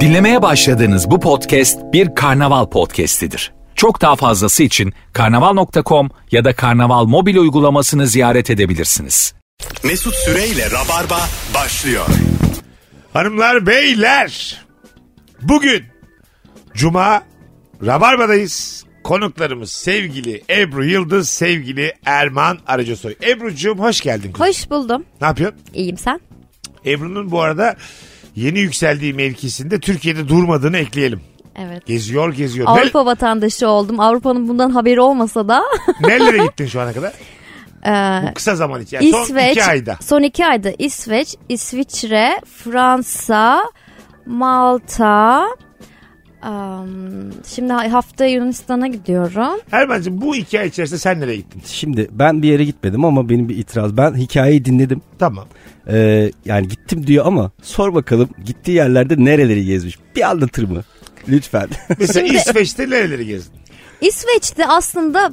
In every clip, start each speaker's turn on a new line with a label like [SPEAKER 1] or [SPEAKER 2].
[SPEAKER 1] Dinlemeye başladığınız bu podcast bir karnaval podcastidir. Çok daha fazlası için karnaval.com ya da karnaval mobil uygulamasını ziyaret edebilirsiniz.
[SPEAKER 2] Mesut Süreyle Rabarba başlıyor.
[SPEAKER 3] Hanımlar beyler bugün Cuma Rabarba'dayız. Konuklarımız sevgili Ebru Yıldız, sevgili Erman Arıcasoy. Ebru'cum hoş geldin. kızım.
[SPEAKER 4] Hoş buldum.
[SPEAKER 3] Ne yapıyorsun?
[SPEAKER 4] İyiyim sen.
[SPEAKER 3] Ebru'nun bu arada yeni yükseldiği mevkisinde Türkiye'de durmadığını ekleyelim.
[SPEAKER 4] Evet.
[SPEAKER 3] Geziyor geziyor. Nel-
[SPEAKER 4] Avrupa vatandaşı oldum. Avrupa'nın bundan haberi olmasa da
[SPEAKER 3] Nerelere gittin şu ana kadar?
[SPEAKER 4] e,
[SPEAKER 3] Bu kısa zaman için. Yani son
[SPEAKER 4] İsveç
[SPEAKER 3] iki ayda.
[SPEAKER 4] son iki ayda İsveç, İsviçre, Fransa, Malta. am, şimdi ha- hafta Yunanistan'a gidiyorum.
[SPEAKER 3] Erman'cığım bu iki ay içerisinde sen nereye gittin?
[SPEAKER 5] Şimdi ben bir yere gitmedim ama benim bir itiraz. Ben hikayeyi dinledim.
[SPEAKER 3] Tamam.
[SPEAKER 5] Ee, yani gittim diyor ama sor bakalım gittiği yerlerde nereleri gezmiş. Bir anlatır mı? Lütfen.
[SPEAKER 3] Mesela
[SPEAKER 4] Şimdi-
[SPEAKER 3] İsveç'te nereleri gezdin?
[SPEAKER 4] İsveç'te aslında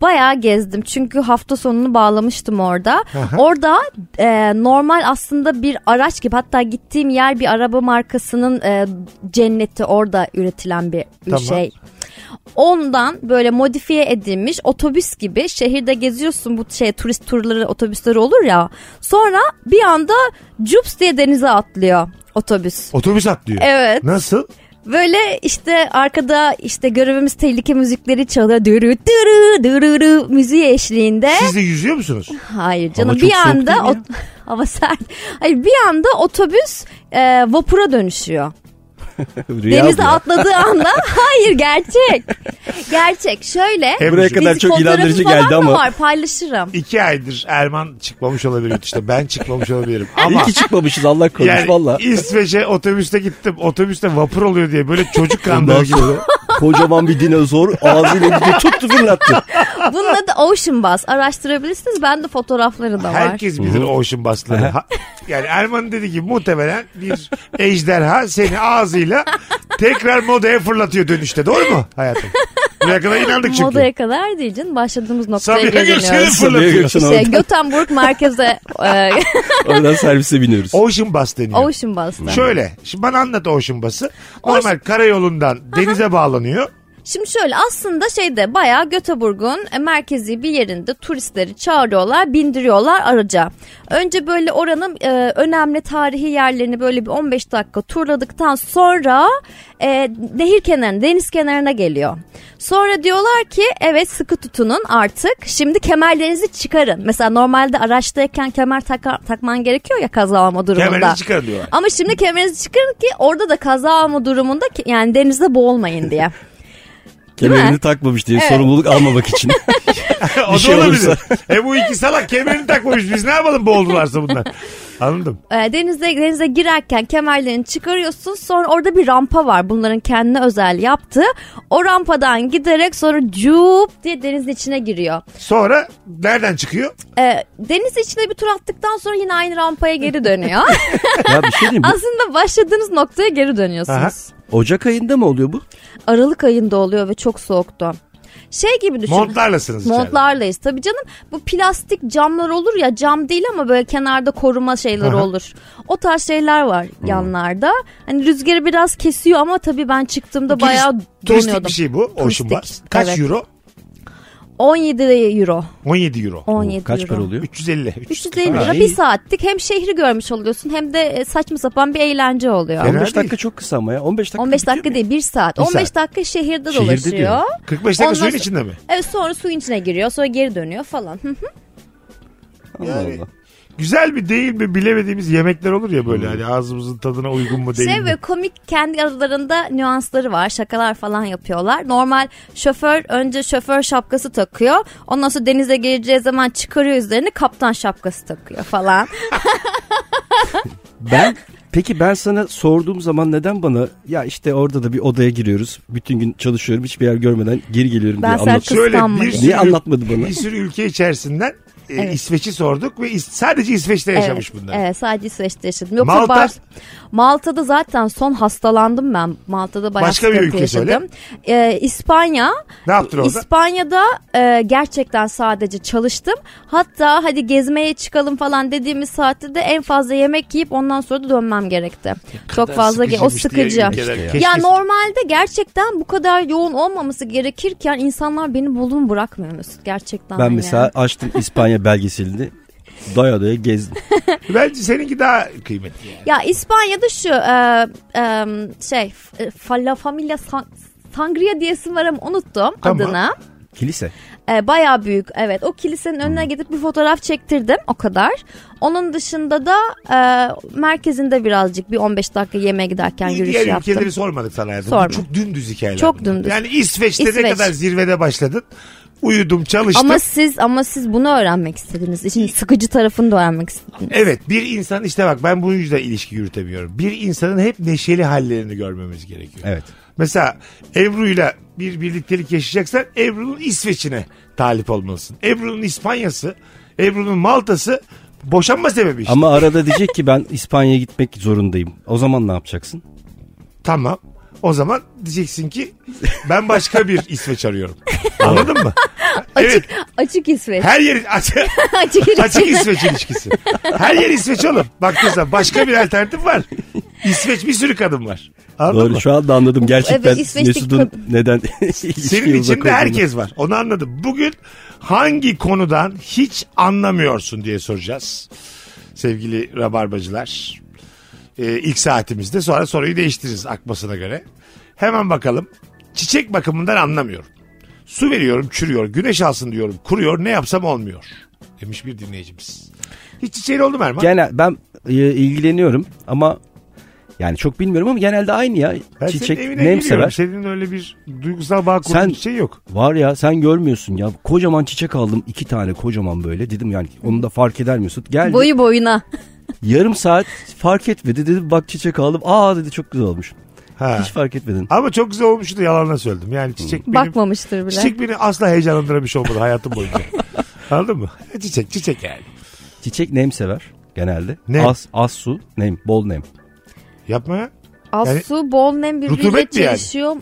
[SPEAKER 4] bayağı gezdim. Çünkü hafta sonunu bağlamıştım orada. Orada e, normal aslında bir araç gibi hatta gittiğim yer bir araba markasının e, cenneti orada üretilen bir bir
[SPEAKER 3] Tamam.
[SPEAKER 4] şey. Ondan böyle modifiye edilmiş otobüs gibi şehirde geziyorsun bu şey turist turları otobüsleri olur ya. Sonra bir anda cups diye denize atlıyor otobüs.
[SPEAKER 3] Otobüs atlıyor.
[SPEAKER 4] Evet.
[SPEAKER 3] Nasıl?
[SPEAKER 4] Böyle işte arkada işte görevimiz tehlike müzikleri çalıyor. Dürü dürü dürürü müziği eşliğinde.
[SPEAKER 3] Siz de yüzüyor musunuz?
[SPEAKER 4] Hayır canım
[SPEAKER 5] Hava çok
[SPEAKER 4] bir
[SPEAKER 5] soğuk
[SPEAKER 4] anda
[SPEAKER 5] değil mi ya?
[SPEAKER 4] ot- hava sert. Hayır bir anda otobüs e, vapura dönüşüyor.
[SPEAKER 5] Rüya
[SPEAKER 4] Denize
[SPEAKER 5] bu ya.
[SPEAKER 4] atladığı anda hayır gerçek. Gerçek şöyle.
[SPEAKER 3] Ebru'cum,
[SPEAKER 5] Buraya kadar
[SPEAKER 4] biz-
[SPEAKER 5] çok
[SPEAKER 4] fotoğrafı
[SPEAKER 5] inandırıcı
[SPEAKER 4] falan
[SPEAKER 5] geldi
[SPEAKER 4] da
[SPEAKER 5] ama.
[SPEAKER 4] var paylaşırım.
[SPEAKER 3] İki aydır Erman çıkmamış olabilir işte ben çıkmamış olabilirim ama
[SPEAKER 5] İyi ki çıkmamışız Allah korusun
[SPEAKER 3] yani
[SPEAKER 5] valla.
[SPEAKER 3] İsveç'e otobüste gittim otobüste vapur oluyor diye böyle çocuk
[SPEAKER 5] Ondan
[SPEAKER 3] kandırır gibi.
[SPEAKER 5] sonra kocaman bir dinozor ağzıyla gidiyor tuttu fırlattı.
[SPEAKER 4] Bunun adı Ocean Bus. Araştırabilirsiniz. Bende fotoğrafları da var.
[SPEAKER 3] Herkes bilir Ocean Bus'ları. Ha- Yani Erman dedi ki muhtemelen bir ejderha seni ağzıyla tekrar modaya fırlatıyor dönüşte. Doğru mu hayatım? Buraya kadar inandık çünkü.
[SPEAKER 4] Modaya kadar değil canım. Başladığımız noktaya
[SPEAKER 3] Sabiha
[SPEAKER 4] geri
[SPEAKER 3] Gökçen'i
[SPEAKER 4] dönüyoruz.
[SPEAKER 5] Sabiha
[SPEAKER 3] fırlatıyor.
[SPEAKER 5] Gökçen
[SPEAKER 4] İşte
[SPEAKER 5] oradan,
[SPEAKER 4] Göteborg merkeze e,
[SPEAKER 5] oradan servise biniyoruz.
[SPEAKER 3] Ocean Bus deniyor.
[SPEAKER 4] Ocean Bus'ta.
[SPEAKER 3] Şöyle. Şimdi bana anlat Ocean Bus'ı. Normal karayolundan denize bağlanıyor.
[SPEAKER 4] Şimdi şöyle aslında şeyde bayağı Göteborg'un e, merkezi bir yerinde turistleri çağırıyorlar, bindiriyorlar araca. Önce böyle oranın e, önemli tarihi yerlerini böyle bir 15 dakika turladıktan sonra e, nehir kenarına, deniz kenarına geliyor. Sonra diyorlar ki evet sıkı tutunun artık şimdi kemerlerinizi çıkarın. Mesela normalde araçtayken kemer taka- takman gerekiyor ya kaza alma durumunda.
[SPEAKER 3] Kemerinizi çıkarın diyorlar.
[SPEAKER 4] Ama şimdi kemerinizi çıkarın ki orada da kaza alma durumunda ki- yani denizde boğulmayın diye.
[SPEAKER 5] Kemerini takmamış diye
[SPEAKER 4] Evet.
[SPEAKER 5] sorumluluk almamak için.
[SPEAKER 3] o
[SPEAKER 5] Bir
[SPEAKER 3] da
[SPEAKER 5] şey
[SPEAKER 3] olabilir.
[SPEAKER 5] olursa.
[SPEAKER 3] e bu iki salak kemerini takmamış. Biz ne yapalım boğuldularsa bunlar. Anladım.
[SPEAKER 4] E, denize denize girerken kemerlerini çıkarıyorsun. Sonra orada bir rampa var. Bunların kendine özel yaptığı. O rampadan giderek sonra cuup diye denizin içine giriyor.
[SPEAKER 3] Sonra nereden çıkıyor?
[SPEAKER 4] E, deniz içine bir tur attıktan sonra yine aynı rampaya geri dönüyor.
[SPEAKER 5] ya bir şey diyeyim mi?
[SPEAKER 4] Aslında başladığınız noktaya geri dönüyorsunuz.
[SPEAKER 3] Aha.
[SPEAKER 5] Ocak ayında mı oluyor bu?
[SPEAKER 4] Aralık ayında oluyor ve çok soğuktu. Şey gibi düşün.
[SPEAKER 3] Montlarlasınız içeride.
[SPEAKER 4] Montlarlayız tabii canım. Bu plastik camlar olur ya cam değil ama böyle kenarda koruma şeyleri
[SPEAKER 3] Aha. Hmm.
[SPEAKER 4] olur. O tarz şeyler var yanlarda. Hani rüzgarı biraz kesiyor ama tabii ben çıktığımda
[SPEAKER 3] Turist-
[SPEAKER 4] bayağı
[SPEAKER 3] Turistik
[SPEAKER 4] donuyordum.
[SPEAKER 3] bir şey bu. Ocean
[SPEAKER 4] Turistik,
[SPEAKER 3] Bus. Kaç
[SPEAKER 4] evet.
[SPEAKER 3] euro?
[SPEAKER 4] 17 euro.
[SPEAKER 3] 17 euro.
[SPEAKER 4] 17
[SPEAKER 5] Kaç
[SPEAKER 4] euro.
[SPEAKER 5] para oluyor?
[SPEAKER 3] 350.
[SPEAKER 4] 350
[SPEAKER 5] Ha,
[SPEAKER 4] lira
[SPEAKER 5] iyi.
[SPEAKER 4] bir saatlik hem şehri görmüş oluyorsun hem de e, saçma sapan bir eğlence oluyor.
[SPEAKER 3] Fena
[SPEAKER 5] 15 dakika
[SPEAKER 3] değil.
[SPEAKER 5] çok kısa ama ya. 15 dakika
[SPEAKER 4] 15
[SPEAKER 5] bitiyor
[SPEAKER 4] dakika
[SPEAKER 5] mu?
[SPEAKER 4] değil 1 saat.
[SPEAKER 3] Bir
[SPEAKER 4] 15
[SPEAKER 3] saat.
[SPEAKER 4] dakika şehirde
[SPEAKER 5] Şehirde
[SPEAKER 4] dolaşıyor.
[SPEAKER 5] diyor.
[SPEAKER 3] 45 dakika
[SPEAKER 4] Ondan
[SPEAKER 3] suyun
[SPEAKER 4] sonra-
[SPEAKER 3] içinde mi?
[SPEAKER 4] Evet sonra suyun içine giriyor sonra geri dönüyor falan. Hı hı.
[SPEAKER 5] Allah Allah.
[SPEAKER 3] Güzel mi değil mi bilemediğimiz yemekler olur ya
[SPEAKER 5] Hmm.
[SPEAKER 3] böyle. Hani ağzımızın tadına uygun mu değil
[SPEAKER 4] şey
[SPEAKER 3] mi?
[SPEAKER 4] ve komik kendi aralarında nüansları var. Şakalar falan yapıyorlar. Normal şoför önce şoför şapkası takıyor. Ondan sonra denize gireceği zaman çıkarıyor üzerine kaptan şapkası takıyor falan.
[SPEAKER 5] Ben peki ben sana sorduğum zaman neden bana ya işte orada da bir odaya giriyoruz. Bütün gün çalışıyorum hiçbir yer görmeden geri geliyorum
[SPEAKER 4] Ben
[SPEAKER 5] diye
[SPEAKER 4] sen
[SPEAKER 5] anlatıyorsun.
[SPEAKER 4] kıskanma.
[SPEAKER 3] Şöyle bir
[SPEAKER 4] diye.
[SPEAKER 3] sürü,
[SPEAKER 5] Niye anlatmadı bana?
[SPEAKER 3] bir sürü ülke içerisinden e,
[SPEAKER 4] Evet.
[SPEAKER 3] İsveç'i sorduk ve is- sadece İsveç'te yaşamış
[SPEAKER 4] evet,
[SPEAKER 3] bunlar.
[SPEAKER 4] Evet sadece İsveç'te yaşadım. Yoksa
[SPEAKER 3] Malta?
[SPEAKER 4] Bar- Malta'da zaten son hastalandım ben. Malta'da bayağı
[SPEAKER 3] Başka bir
[SPEAKER 4] sıkıntı
[SPEAKER 3] ülke söyle.
[SPEAKER 4] yaşadım. Ee, İspanya.
[SPEAKER 3] Ne yaptın orada?
[SPEAKER 4] İspanya'da e, gerçekten sadece çalıştım. Hatta hadi gezmeye çıkalım falan dediğimiz saatte de en fazla yemek yiyip ondan sonra da dönmem gerekti. Çok fazla ge- o
[SPEAKER 3] sıkıcıymış diye
[SPEAKER 4] sıkıcı.
[SPEAKER 3] ülkeler ya.
[SPEAKER 4] Ya
[SPEAKER 3] Keşke-
[SPEAKER 4] normalde gerçekten bu kadar yoğun olmaması gerekirken insanlar beni buldum bırakmıyor Mesut gerçekten.
[SPEAKER 5] Ben
[SPEAKER 4] hani.
[SPEAKER 5] mesela açtım İspanya belgeselini. Doya doya gezdim.
[SPEAKER 3] Bence seninki daha kıymetli. yani.
[SPEAKER 4] Ya İspanya'da şu e, e, şey f- e, fa- La Familia San- Sangria diyesim var ama unuttum
[SPEAKER 3] Tamam.
[SPEAKER 4] adını.
[SPEAKER 5] Kilise.
[SPEAKER 4] E, Baya büyük evet o kilisenin önüne gidip bir fotoğraf çektirdim o kadar. Onun dışında da e, merkezinde birazcık bir 15 dakika yemeğe giderken
[SPEAKER 3] İyi
[SPEAKER 4] yürüyüş
[SPEAKER 3] diğer
[SPEAKER 4] yaptım.
[SPEAKER 3] ülkeleri sormadık sana hayatım.
[SPEAKER 4] Sorma.
[SPEAKER 3] Bu Çok dümdüz hikayeler.
[SPEAKER 4] Çok
[SPEAKER 3] bunlar.
[SPEAKER 4] dümdüz.
[SPEAKER 3] Yani İsveç'te ne
[SPEAKER 4] İsveç.
[SPEAKER 3] kadar zirvede başladın. Uyudum çalıştım.
[SPEAKER 4] Ama siz ama siz bunu öğrenmek istediniz. İşin sıkıcı tarafını da öğrenmek istediniz.
[SPEAKER 3] Evet bir insan işte bak ben bu yüzden ilişki yürütemiyorum. Bir insanın hep neşeli hallerini görmemiz gerekiyor.
[SPEAKER 5] Evet.
[SPEAKER 3] Mesela Ebru'yla bir birliktelik yaşayacaksan Ebru'nun İsveç'ine talip olmalısın. Ebru'nun İspanya'sı, Ebru'nun Malta'sı boşanma sebebi işte.
[SPEAKER 5] Ama arada diyecek ki ben İspanya'ya gitmek zorundayım. O zaman ne yapacaksın?
[SPEAKER 3] Tamam. O zaman diyeceksin ki ben başka bir İsveç arıyorum. Anladın mı? evet.
[SPEAKER 4] Açık İsveç.
[SPEAKER 3] Her yeri açık,
[SPEAKER 4] Açık İsveç.
[SPEAKER 3] açık İsveç ilişkisi. Her yer İsveç oğlum. Baktığın zaman başka bir alternatif var. İsveç bir sürü kadın var. Anladın
[SPEAKER 5] Doğru
[SPEAKER 3] mı?
[SPEAKER 5] şu anda anladım. Gerçekten
[SPEAKER 4] Evet, İsveç'teki
[SPEAKER 5] Mesut'un neden ilişkiye
[SPEAKER 3] Senin
[SPEAKER 5] uzak
[SPEAKER 3] içinde
[SPEAKER 5] olduğunu.
[SPEAKER 3] herkes var. Onu anladım. Bugün hangi konudan hiç anlamıyorsun diye soracağız. Sevgili rabarbacılar. Ee, ilk saatimizde sonra soruyu değiştiririz akmasına göre. Hemen bakalım. Çiçek bakımından anlamıyorum. Su veriyorum çürüyor. Güneş alsın diyorum. Kuruyor ne yapsam olmuyor. Demiş bir dinleyicimiz. Hiç çiçeğin oldu mu Erman?
[SPEAKER 5] Genel ben e, ilgileniyorum ama yani çok bilmiyorum ama genelde aynı ya.
[SPEAKER 3] Ben senin
[SPEAKER 5] Çiçek
[SPEAKER 3] evine
[SPEAKER 5] nem
[SPEAKER 3] giriyorum.
[SPEAKER 5] sever.
[SPEAKER 3] Senin öyle bir duygusal bağ kurduğun
[SPEAKER 5] Sen-
[SPEAKER 3] çiçeği yok.
[SPEAKER 5] Var ya sen görmüyorsun ya. Kocaman çiçek aldım. iki tane kocaman böyle. Dedim yani onu da fark eder Mesut. Geldi.
[SPEAKER 4] Boyu boyuna.
[SPEAKER 5] Yarım saat fark etmedi. Dedi bak çiçek aldım. Aa dedi çok güzel olmuş.
[SPEAKER 3] Ha.
[SPEAKER 5] Hiç fark etmedin.
[SPEAKER 3] Ama çok güzel olmuştu yalanla söyledim. Yani çiçek benim
[SPEAKER 4] Bakmamıştır bile.
[SPEAKER 3] Çiçek beni asla heyecanlandıramış olmadı hayatım boyunca. Anladın mı? Hani Çiçek çiçek yani.
[SPEAKER 5] Çiçek nem sever genelde.
[SPEAKER 3] Nem.
[SPEAKER 5] Az, az su, nem, bol nem.
[SPEAKER 3] Yapma ya.
[SPEAKER 4] Az
[SPEAKER 3] Yani-
[SPEAKER 4] su, bol nem birbiriyle
[SPEAKER 3] Rutubet mi yani?
[SPEAKER 4] çelişiyor.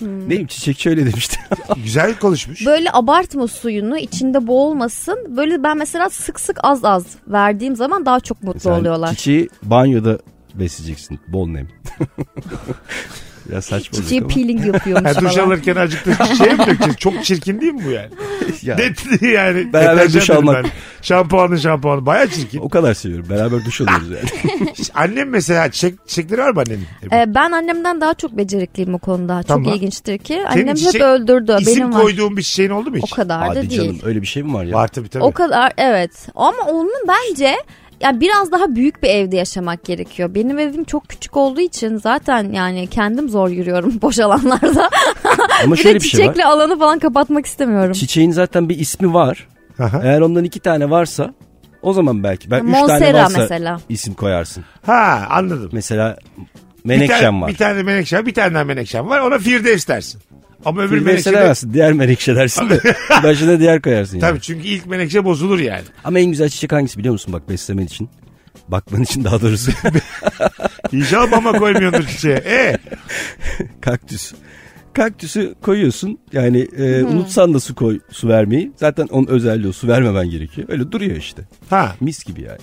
[SPEAKER 5] Neyim çiçekçi öyle demişti.
[SPEAKER 3] Güzel konuşmuş.
[SPEAKER 4] Böyle abartma suyunu içinde boğulmasın. Böyle ben mesela sık sık az az verdiğim zaman daha çok mutlu
[SPEAKER 5] Sen
[SPEAKER 4] oluyorlar.
[SPEAKER 5] Çiçeği banyoda besleyeceksin. Bol nem. ya saçma
[SPEAKER 4] Çiçeği
[SPEAKER 5] olacak ama.
[SPEAKER 4] peeling yapıyormuş
[SPEAKER 3] Yani duş
[SPEAKER 4] falan.
[SPEAKER 3] alırken acıktı çiçeğe mi dökeceksin? Çok çirkin değil mi bu yani?
[SPEAKER 5] Ya,
[SPEAKER 3] Detli yani.
[SPEAKER 5] Beraber
[SPEAKER 3] deterjan
[SPEAKER 5] duş
[SPEAKER 3] dedim
[SPEAKER 5] almak.
[SPEAKER 3] ben. Şampuanı şampuanı. Baya çirkin.
[SPEAKER 5] o kadar seviyorum. Beraber duş alıyoruz yani.
[SPEAKER 3] Hiç Annem mesela çiçek, çiçekleri var mı annenin?
[SPEAKER 4] Ee, ben annemden daha çok becerikliyim bu konuda. Çok
[SPEAKER 3] Tamam.
[SPEAKER 4] ilginçtir ki.
[SPEAKER 3] Senin
[SPEAKER 4] Annem
[SPEAKER 3] çiçek-
[SPEAKER 4] hep öldürdü.
[SPEAKER 3] İsim
[SPEAKER 4] Benim var.
[SPEAKER 3] koyduğun bir çiçeğin oldu mu
[SPEAKER 4] O
[SPEAKER 3] hiç?
[SPEAKER 4] kadar da
[SPEAKER 5] Hadi
[SPEAKER 4] değil.
[SPEAKER 5] canım öyle bir şey mi var ya?
[SPEAKER 3] Var tabii tabii.
[SPEAKER 4] O kadar evet. Ama onun bence ya biraz daha büyük bir evde yaşamak gerekiyor. Benim evim çok küçük olduğu için zaten yani kendim zor yürüyorum boş alanlarda.
[SPEAKER 5] Ama
[SPEAKER 4] bir
[SPEAKER 5] şöyle
[SPEAKER 4] de
[SPEAKER 5] bir şey var.
[SPEAKER 4] çiçekli alanı falan kapatmak istemiyorum.
[SPEAKER 5] Çiçeğin zaten bir ismi var.
[SPEAKER 3] Aha.
[SPEAKER 5] Eğer ondan iki tane varsa o zaman belki. Ben üç tane
[SPEAKER 4] Monstera
[SPEAKER 5] varsa
[SPEAKER 4] mesela.
[SPEAKER 5] isim koyarsın.
[SPEAKER 3] Ha anladım.
[SPEAKER 5] Mesela
[SPEAKER 3] bir tane,
[SPEAKER 5] menekşem var.
[SPEAKER 3] Bir tane menekşem, bir tane daha menekşem var. Ona firdevs dersin. Ama öbür
[SPEAKER 5] Menekşe
[SPEAKER 3] menekşe de...
[SPEAKER 5] demezsin. Diğer menekşe dersin de. Başına diğer koyarsın yani.
[SPEAKER 3] Tabii çünkü ilk menekşe bozulur yani.
[SPEAKER 5] Ama en güzel çiçek hangisi biliyor musun bak beslemen için? Bakman için daha doğrusu.
[SPEAKER 3] İnşallah mama koymuyordur çiçeğe. E,
[SPEAKER 5] Kaktüs. Kaktüsü koyuyorsun yani e, unutsan da su koy su vermeyi. Zaten onun özelliği o su vermemen gerekiyor. Öyle duruyor işte.
[SPEAKER 3] ha
[SPEAKER 5] Mis gibi yani.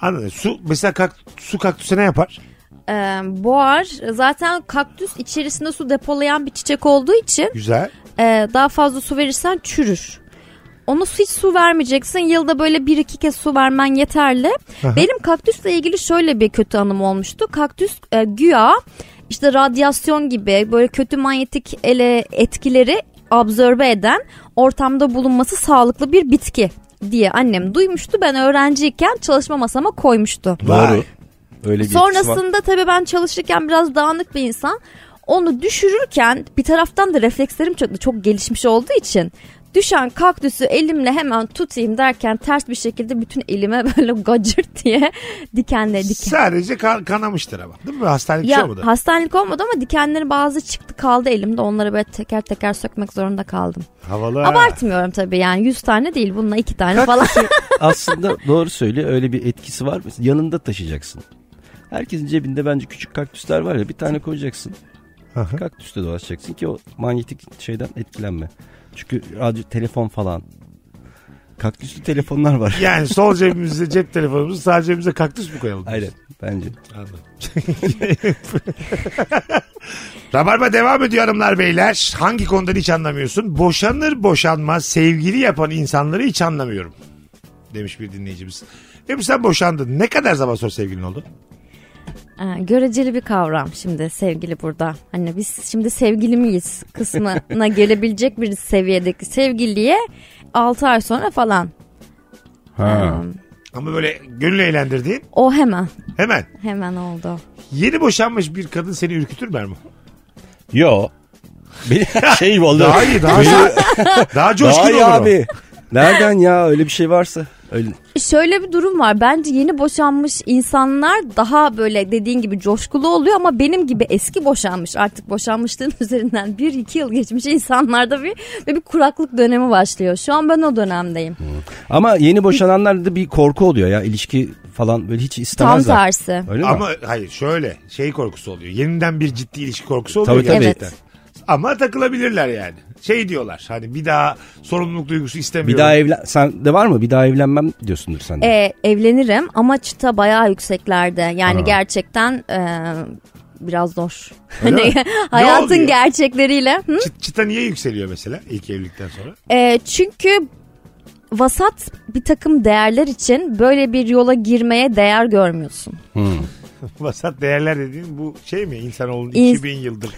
[SPEAKER 3] Anladım. Su mesela kak, su kaktüse ne yapar?
[SPEAKER 4] Ee, boğar zaten kaktüs içerisinde su depolayan bir çiçek olduğu için
[SPEAKER 3] Güzel.
[SPEAKER 4] e, daha fazla su verirsen çürür. Ona su- hiç su vermeyeceksin. Yılda böyle bir iki kez su vermen yeterli. Benim kaktüsle ilgili şöyle bir kötü anım olmuştu. Kaktüs e, güya işte radyasyon gibi böyle kötü manyetik ele etkileri absorbe eden ortamda bulunması sağlıklı bir bitki diye annem duymuştu. Ben öğrenciyken çalışma masama koymuştu.
[SPEAKER 3] Vay.
[SPEAKER 5] Doğru. Öyle bir etkisi var.
[SPEAKER 4] Sonrasında tabii ben çalışırken biraz dağınık bir insan. Onu düşürürken bir taraftan da reflekslerim çok, çok gelişmiş olduğu için Düşen kaktüsü elimle hemen tutayım derken ters bir şekilde bütün elime böyle gacır diye dikenleri E, diken.
[SPEAKER 3] Sadece kan- kanamıştır ama. Değil mi? Hastanelik bir şey
[SPEAKER 4] Ya
[SPEAKER 3] olmadı.
[SPEAKER 4] hastanelik olmadı ama dikenleri bazı çıktı kaldı elimde. Onları böyle teker teker sökmek zorunda kaldım.
[SPEAKER 3] Havalı. ha.
[SPEAKER 4] Abartmıyorum tabii yani 100 tane değil bununla 2 tane falan.
[SPEAKER 5] Aslında doğru söylüyor öyle bir etkisi var. Mesela yanında taşıyacaksın. Herkesin cebinde bence küçük kaktüsler var ya bir tane koyacaksın.
[SPEAKER 3] Aha.
[SPEAKER 5] Kaktüste dolaşacaksın ki o manyetik şeyden etkilenme. Çünkü radyo telefon falan. Kaktüslü telefonlar var.
[SPEAKER 3] Yani sol cebimize cep telefonumuzu sağ cebimize kaktüs mü koyalım?
[SPEAKER 5] Aynen bence.
[SPEAKER 3] Rabarba devam ediyor hanımlar beyler. Hangi konudan hiç anlamıyorsun? Boşanır boşanmaz sevgili yapan insanları hiç anlamıyorum. Demiş bir dinleyicimiz. Demiş sen boşandın. Ne kadar zaman sonra sevgilin oldu?
[SPEAKER 4] Ha, Ee, göreceli bir kavram şimdi sevgili burada. Hani biz şimdi sevgili miyiz kısmına gelebilecek bir seviyedeki sevgiliye 6 ay sonra falan. Ha.
[SPEAKER 3] Ama böyle gönül eğlendirdiğin
[SPEAKER 4] O hemen
[SPEAKER 3] hemen.
[SPEAKER 4] hemen oldu.
[SPEAKER 3] Yeni boşanmış bir kadın seni ürkütür mü Erman?
[SPEAKER 5] Yo. Benim şey oldu.
[SPEAKER 3] Daha iyi daha daha coşkun
[SPEAKER 5] Daha
[SPEAKER 3] olur
[SPEAKER 5] iyi
[SPEAKER 3] o.
[SPEAKER 5] abi. Nereden ya öyle bir şey varsa. Öyle.
[SPEAKER 4] Şöyle bir durum var. Bence yeni boşanmış insanlar daha böyle dediğin gibi coşkulu oluyor ama benim gibi eski boşanmış artık boşanmışlığın üzerinden 1-2 yıl geçmiş insanlarda bir ve bir kuraklık dönemi başlıyor. Şu an ben o dönemdeyim.
[SPEAKER 5] Ama yeni boşananlarda da bir korku oluyor ya ilişki falan böyle hiç
[SPEAKER 4] Tam
[SPEAKER 5] istemezler.
[SPEAKER 4] tersi.
[SPEAKER 5] Öyle mi?
[SPEAKER 3] Ama hayır şöyle şey korkusu oluyor. Yeniden bir ciddi ilişki korkusu oluyor.
[SPEAKER 5] Tabii, tabii.
[SPEAKER 3] gerçekten. Ama takılabilirler yani. Şey diyorlar hani bir daha sorumluluk duygusu
[SPEAKER 5] Bir
[SPEAKER 3] istemiyorum.
[SPEAKER 5] daha evlen... Sen de var mı? Bir daha evlenmem diyorsundur sen de.
[SPEAKER 4] E, evlenirim ama çıta bayağı yükseklerde. Yani
[SPEAKER 5] Ha.
[SPEAKER 4] gerçekten e, biraz zor.
[SPEAKER 3] Öyle
[SPEAKER 4] Hani
[SPEAKER 3] mi? Ne
[SPEAKER 4] hayatın
[SPEAKER 3] oluyor?
[SPEAKER 4] gerçekleriyle. Hı?
[SPEAKER 3] Çıt- çıta niye yükseliyor mesela ilk evlilikten sonra?
[SPEAKER 4] E, çünkü vasat bir takım değerler için böyle bir yola girmeye değer görmüyorsun.
[SPEAKER 3] Vasat değerler dediğin bu şey mi? İnsanoğlunun
[SPEAKER 4] İns-
[SPEAKER 3] 2000 yıldır.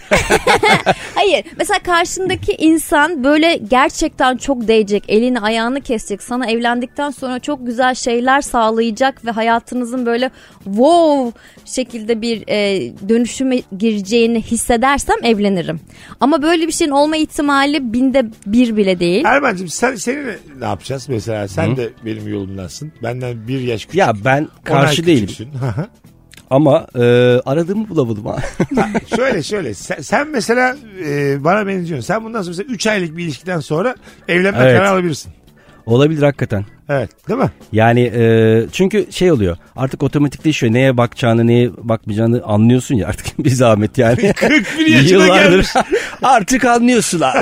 [SPEAKER 4] Hayır. Mesela karşındaki insan böyle gerçekten çok değecek. Elini ayağını kesecek. Sana evlendikten sonra çok güzel şeyler sağlayacak ve hayatınızın böyle wow şekilde bir e, dönüşüme gireceğini hissedersem evlenirim. Ama böyle bir şeyin olma ihtimali binde bir bile değil.
[SPEAKER 3] Erman'cığım sen, seninle ne yapacağız mesela? Sen de benim yolumdansın. Benden bir yaş küçük.
[SPEAKER 5] Ya ben
[SPEAKER 3] on ay
[SPEAKER 5] karşı değilim
[SPEAKER 3] küçüksün. Hı hı.
[SPEAKER 5] ama e, aradığımı bulamadım ha.
[SPEAKER 3] şöyle şöyle sen, sen mesela e, bana benziyorsun. Sen bundan sonra mesela 3 aylık bir ilişkiden sonra evlenme
[SPEAKER 5] Evet.
[SPEAKER 3] kararı alabilirsin.
[SPEAKER 5] Olabilir hakikaten.
[SPEAKER 3] Evet değil mi?
[SPEAKER 5] Yani e, çünkü şey oluyor artık otomatikleşiyor neye bakacağını neye bakmayacağını anlıyorsun ya artık bir zahmet yani.
[SPEAKER 3] 41 yaşına gelmiş.
[SPEAKER 5] artık anlıyorsun ha.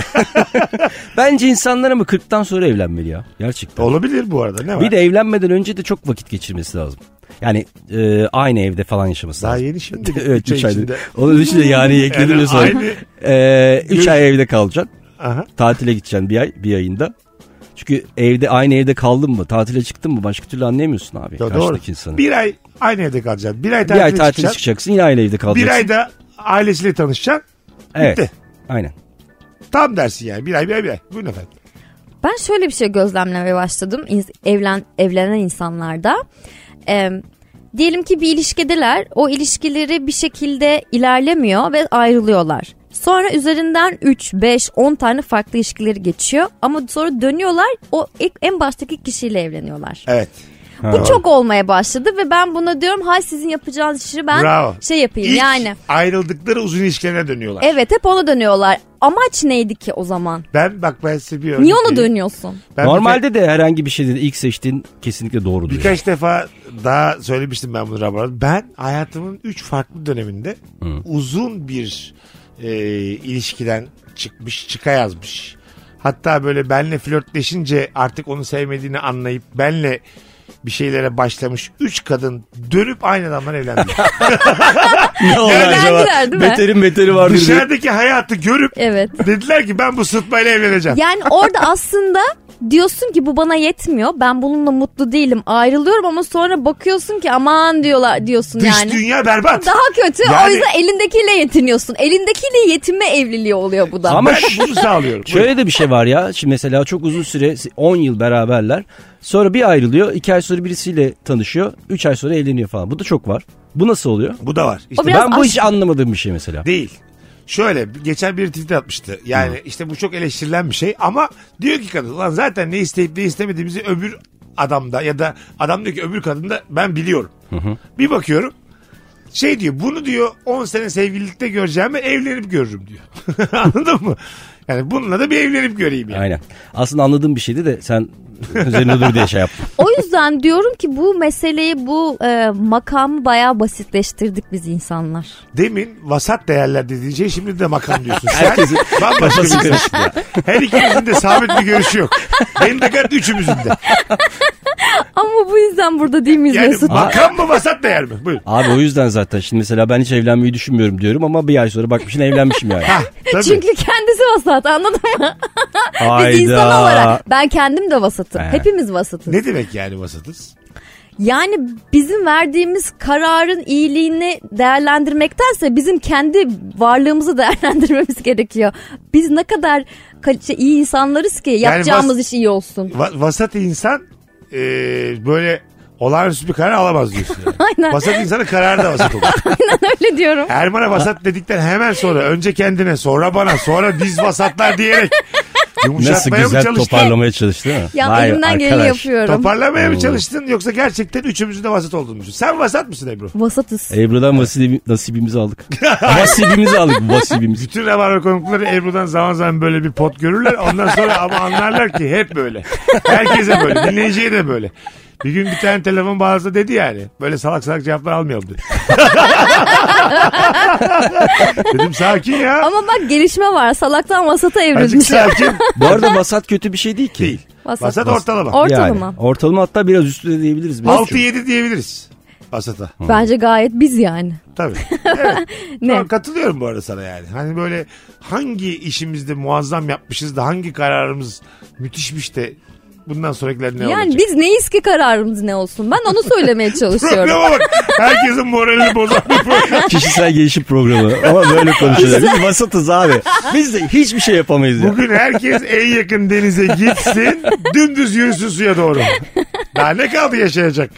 [SPEAKER 5] Bence insanlar ama 40'tan sonra evlenmeli ya gerçekten.
[SPEAKER 3] Olabilir bu arada ne var?
[SPEAKER 5] Bir de evlenmeden önce de çok vakit geçirmesi lazım. Yani e, aynı evde falan yaşaması
[SPEAKER 3] Daha
[SPEAKER 5] lazım.
[SPEAKER 3] yeni şimdi.
[SPEAKER 5] evet,
[SPEAKER 3] üç ay
[SPEAKER 5] 3
[SPEAKER 3] şey
[SPEAKER 5] ayda.
[SPEAKER 3] içinde.
[SPEAKER 5] Onun için de yani ekledim
[SPEAKER 3] Yani
[SPEAKER 5] de sonra.
[SPEAKER 3] aynı-
[SPEAKER 5] 3 ay evde kalacaksın.
[SPEAKER 3] Aha.
[SPEAKER 5] Tatile gideceksin bir ay bir ayında. Çünkü evde aynı evde kaldın mı tatile çıktın mı başka türlü anlayamıyorsun abi.
[SPEAKER 3] Ya doğru.
[SPEAKER 5] karşıdaki insanı. Bir,
[SPEAKER 3] Bir ay aynı evde kalacaksın. Bir ay
[SPEAKER 5] ay
[SPEAKER 3] tatile
[SPEAKER 5] tatile çıkacaksın.
[SPEAKER 3] çıkacaksın.
[SPEAKER 5] yine aynı evde
[SPEAKER 3] Bir
[SPEAKER 5] kalacaksın.
[SPEAKER 3] ayda ailesiyle tanışacaksın.
[SPEAKER 5] evet.
[SPEAKER 3] bitti.
[SPEAKER 5] Aynen.
[SPEAKER 3] Tam dersin yani. Bir ay bir ay bir ay. Buyurun efendim.
[SPEAKER 4] Ben şöyle bir şey gözlemlemeye başladım İns- evlen evlenen insanlarda. Ee, diyelim ki bir ilişkideler. O ilişkileri bir şekilde ilerlemiyor ve ayrılıyorlar. Sonra üzerinden 3, 5, 10 tane farklı ilişkileri geçiyor. Ama sonra dönüyorlar o ilk, en baştaki kişiyle evleniyorlar.
[SPEAKER 3] Evet.
[SPEAKER 5] Ha.
[SPEAKER 4] Bu çok olmaya başladı ve ben buna diyorum hay sizin yapacağınız işi ben
[SPEAKER 3] Bravo.
[SPEAKER 4] şey yapayım
[SPEAKER 3] İlk
[SPEAKER 4] yani.
[SPEAKER 3] ayrıldıkları uzun ilişkilerine dönüyorlar.
[SPEAKER 4] Evet hep ona dönüyorlar. Amaç neydi ki o zaman?
[SPEAKER 3] Ben bak ben size bir örnek
[SPEAKER 4] Niye ona
[SPEAKER 3] vereyim.
[SPEAKER 4] dönüyorsun?
[SPEAKER 3] Ben
[SPEAKER 5] Normalde de herhangi bir şeyde de ilk seçtiğin kesinlikle doğru
[SPEAKER 3] bir-
[SPEAKER 5] diyor.
[SPEAKER 3] birkaç defa daha söylemiştim ben bunu Rabarba. Ben hayatımın 3 farklı döneminde uzun bir e, ilişkiden çıkmış, çıka yazmış. Hatta böyle benle flörtleşince artık onu sevmediğini anlayıp benle bir şeylere başlamış 3 kadın dönüp aynı adamla evlendi.
[SPEAKER 5] ne oldu
[SPEAKER 4] Evlendiler, değil mi?
[SPEAKER 5] Beterin beteri vardır diye.
[SPEAKER 3] Dışarıdaki hayatı görüp
[SPEAKER 4] Evet.
[SPEAKER 3] dediler ki ben bu sıtmayla evleneceğim.
[SPEAKER 4] Yani orada aslında diyorsun ki bu bana yetmiyor. Ben bununla mutlu değilim. Ayrılıyorum ama sonra bakıyorsun ki aman diyorlar diyorsun
[SPEAKER 3] Dış
[SPEAKER 4] yani.
[SPEAKER 3] dünya berbat.
[SPEAKER 4] Daha kötü.
[SPEAKER 3] Yani-
[SPEAKER 4] O yüzden elindekiyle yetiniyorsun. Elindekiyle yetinme evliliği oluyor bu da.
[SPEAKER 5] Ama
[SPEAKER 3] Ben bunu sağlıyorum.
[SPEAKER 5] Şöyle de bir şey var ya. Şimdi mesela çok uzun süre 10 yıl beraberler. Sonra bir ayrılıyor. 2 ay sonra birisiyle tanışıyor. 3 ay sonra evleniyor falan. Bu da çok var. Bu nasıl oluyor?
[SPEAKER 3] Bu da var. İşte
[SPEAKER 4] O biraz
[SPEAKER 5] ben bu
[SPEAKER 4] aşk-
[SPEAKER 5] hiç anlamadığım bir şey mesela.
[SPEAKER 3] değil. Şöyle geçen bir tweet atmıştı. Yani işte bu çok eleştirilen bir şey ama diyor ki kadın lan zaten ne isteyip ne istemediğimizi öbür adamda ya da adam diyor ki öbür kadında ben biliyorum. Bir bakıyorum şey diyor bunu diyor 10 sene sevgililikte göreceğimi evlenip görürüm diyor. Anladın mı? Yani bununla da bir evlenip göreyim yani.
[SPEAKER 5] Aynen. Aslında anladığım bir şeydi de sen üzerine dur diye şey yaptın.
[SPEAKER 4] O yüzden diyorum ki bu meseleyi bu e, makamı bayağı basitleştirdik biz insanlar.
[SPEAKER 3] Demin vasat değerler dediğin şey şimdi de makam diyorsun. Sen
[SPEAKER 5] Herkesin
[SPEAKER 3] bambaşka
[SPEAKER 5] kafası
[SPEAKER 3] bir
[SPEAKER 5] karışık ya.
[SPEAKER 3] Her ikinizin de sabit bir görüşü yok. Benim de gayet üçümüzün de.
[SPEAKER 4] Ama bu yüzden burada değil miyiz
[SPEAKER 3] Yani
[SPEAKER 4] Mesut?
[SPEAKER 3] makam mı vasat değer mi? Buyur.
[SPEAKER 5] Abi o yüzden zaten şimdi mesela ben hiç evlenmeyi düşünmüyorum diyorum ama bir ay sonra bakmışsın evlenmişim yani.
[SPEAKER 3] Ha, tabii.
[SPEAKER 4] Ah, Çünkü kendisi vasat anladın mı? Biz insan olarak. Ben kendim de vasatım.
[SPEAKER 5] He.
[SPEAKER 4] Hepimiz vasatız.
[SPEAKER 3] Ne demek yani vasatız?
[SPEAKER 4] Yani bizim verdiğimiz kararın iyiliğini değerlendirmektense bizim kendi varlığımızı değerlendirmemiz gerekiyor. Biz ne kadar kalite iyi insanlarız ki yapacağımız
[SPEAKER 3] vas-
[SPEAKER 4] iş iyi olsun.
[SPEAKER 3] Va- vasat insan e, böyle olağanüstü bir karar alamaz diyorsun. Yani.
[SPEAKER 4] Aynen.
[SPEAKER 3] Vasat insanın kararı da vasat olur.
[SPEAKER 4] Aynen öyle diyorum.
[SPEAKER 3] Erman'a vasat dedikten hemen sonra önce kendine sonra bana sonra biz vasatlar diyerek
[SPEAKER 5] Nasıl
[SPEAKER 3] yumuşatmaya mı
[SPEAKER 5] güzel
[SPEAKER 3] çalıştın?
[SPEAKER 5] toparlamaya çalıştı değil mi?
[SPEAKER 4] Ya
[SPEAKER 5] Vay
[SPEAKER 4] elimden geleni
[SPEAKER 5] arkadaş.
[SPEAKER 4] yapıyorum.
[SPEAKER 3] Toparlamaya mı çalıştın yoksa gerçekten üçümüzün de vasat olduğunu düşün. Sen vasat mısın Ebru?
[SPEAKER 4] Vasatız.
[SPEAKER 5] Ebru'dan vasibi- nasibimizi aldık. nasibimizi aldık nasibimizi.
[SPEAKER 3] Bütün rabarba konukları Ebru'dan zaman zaman böyle bir pot görürler. Ondan sonra ama anlarlar ki hep böyle. Herkese böyle. Dinleyiciye de böyle. Bir gün bir tane telefon bağlansa dedi yani. Böyle salak salak cevaplar almayalım dedi. Dedim sakin ya.
[SPEAKER 4] Ama bak gelişme var. Salaktan vasata
[SPEAKER 3] Azıcık
[SPEAKER 4] evrilmiş.
[SPEAKER 3] sakin.
[SPEAKER 5] Bu arada vasat kötü bir şey değil ki.
[SPEAKER 3] Değil.
[SPEAKER 4] Vasat.
[SPEAKER 3] Vasat ortalama.
[SPEAKER 4] Ortalama.
[SPEAKER 5] Yani, ortalama hatta biraz üstü de diyebiliriz. Biraz çok.
[SPEAKER 3] 6-7 diyebiliriz. Vasata.
[SPEAKER 4] Bence gayet biz yani.
[SPEAKER 3] Tabii. Evet.
[SPEAKER 4] Ne?
[SPEAKER 3] Tamam, katılıyorum bu arada sana yani. Hani böyle hangi işimizde muazzam yapmışız da hangi kararımız müthişmiş de bundan sonrakiler ne
[SPEAKER 4] yani
[SPEAKER 3] olacak?
[SPEAKER 4] biz neyiz ki kararımız ne olsun? Ben onu söylemeye çalışıyorum.
[SPEAKER 3] Programa bak. Herkesin moralini bozan bir program.
[SPEAKER 5] Kişisel gelişim programı. Ama böyle konuşuyorlar. Biz vasatız abi. Biz de hiçbir şey yapamayız ya.
[SPEAKER 3] Bugün herkes en yakın denize gitsin. Dümdüz yürüsün suya doğru. Daha ne kaldı yaşayacak?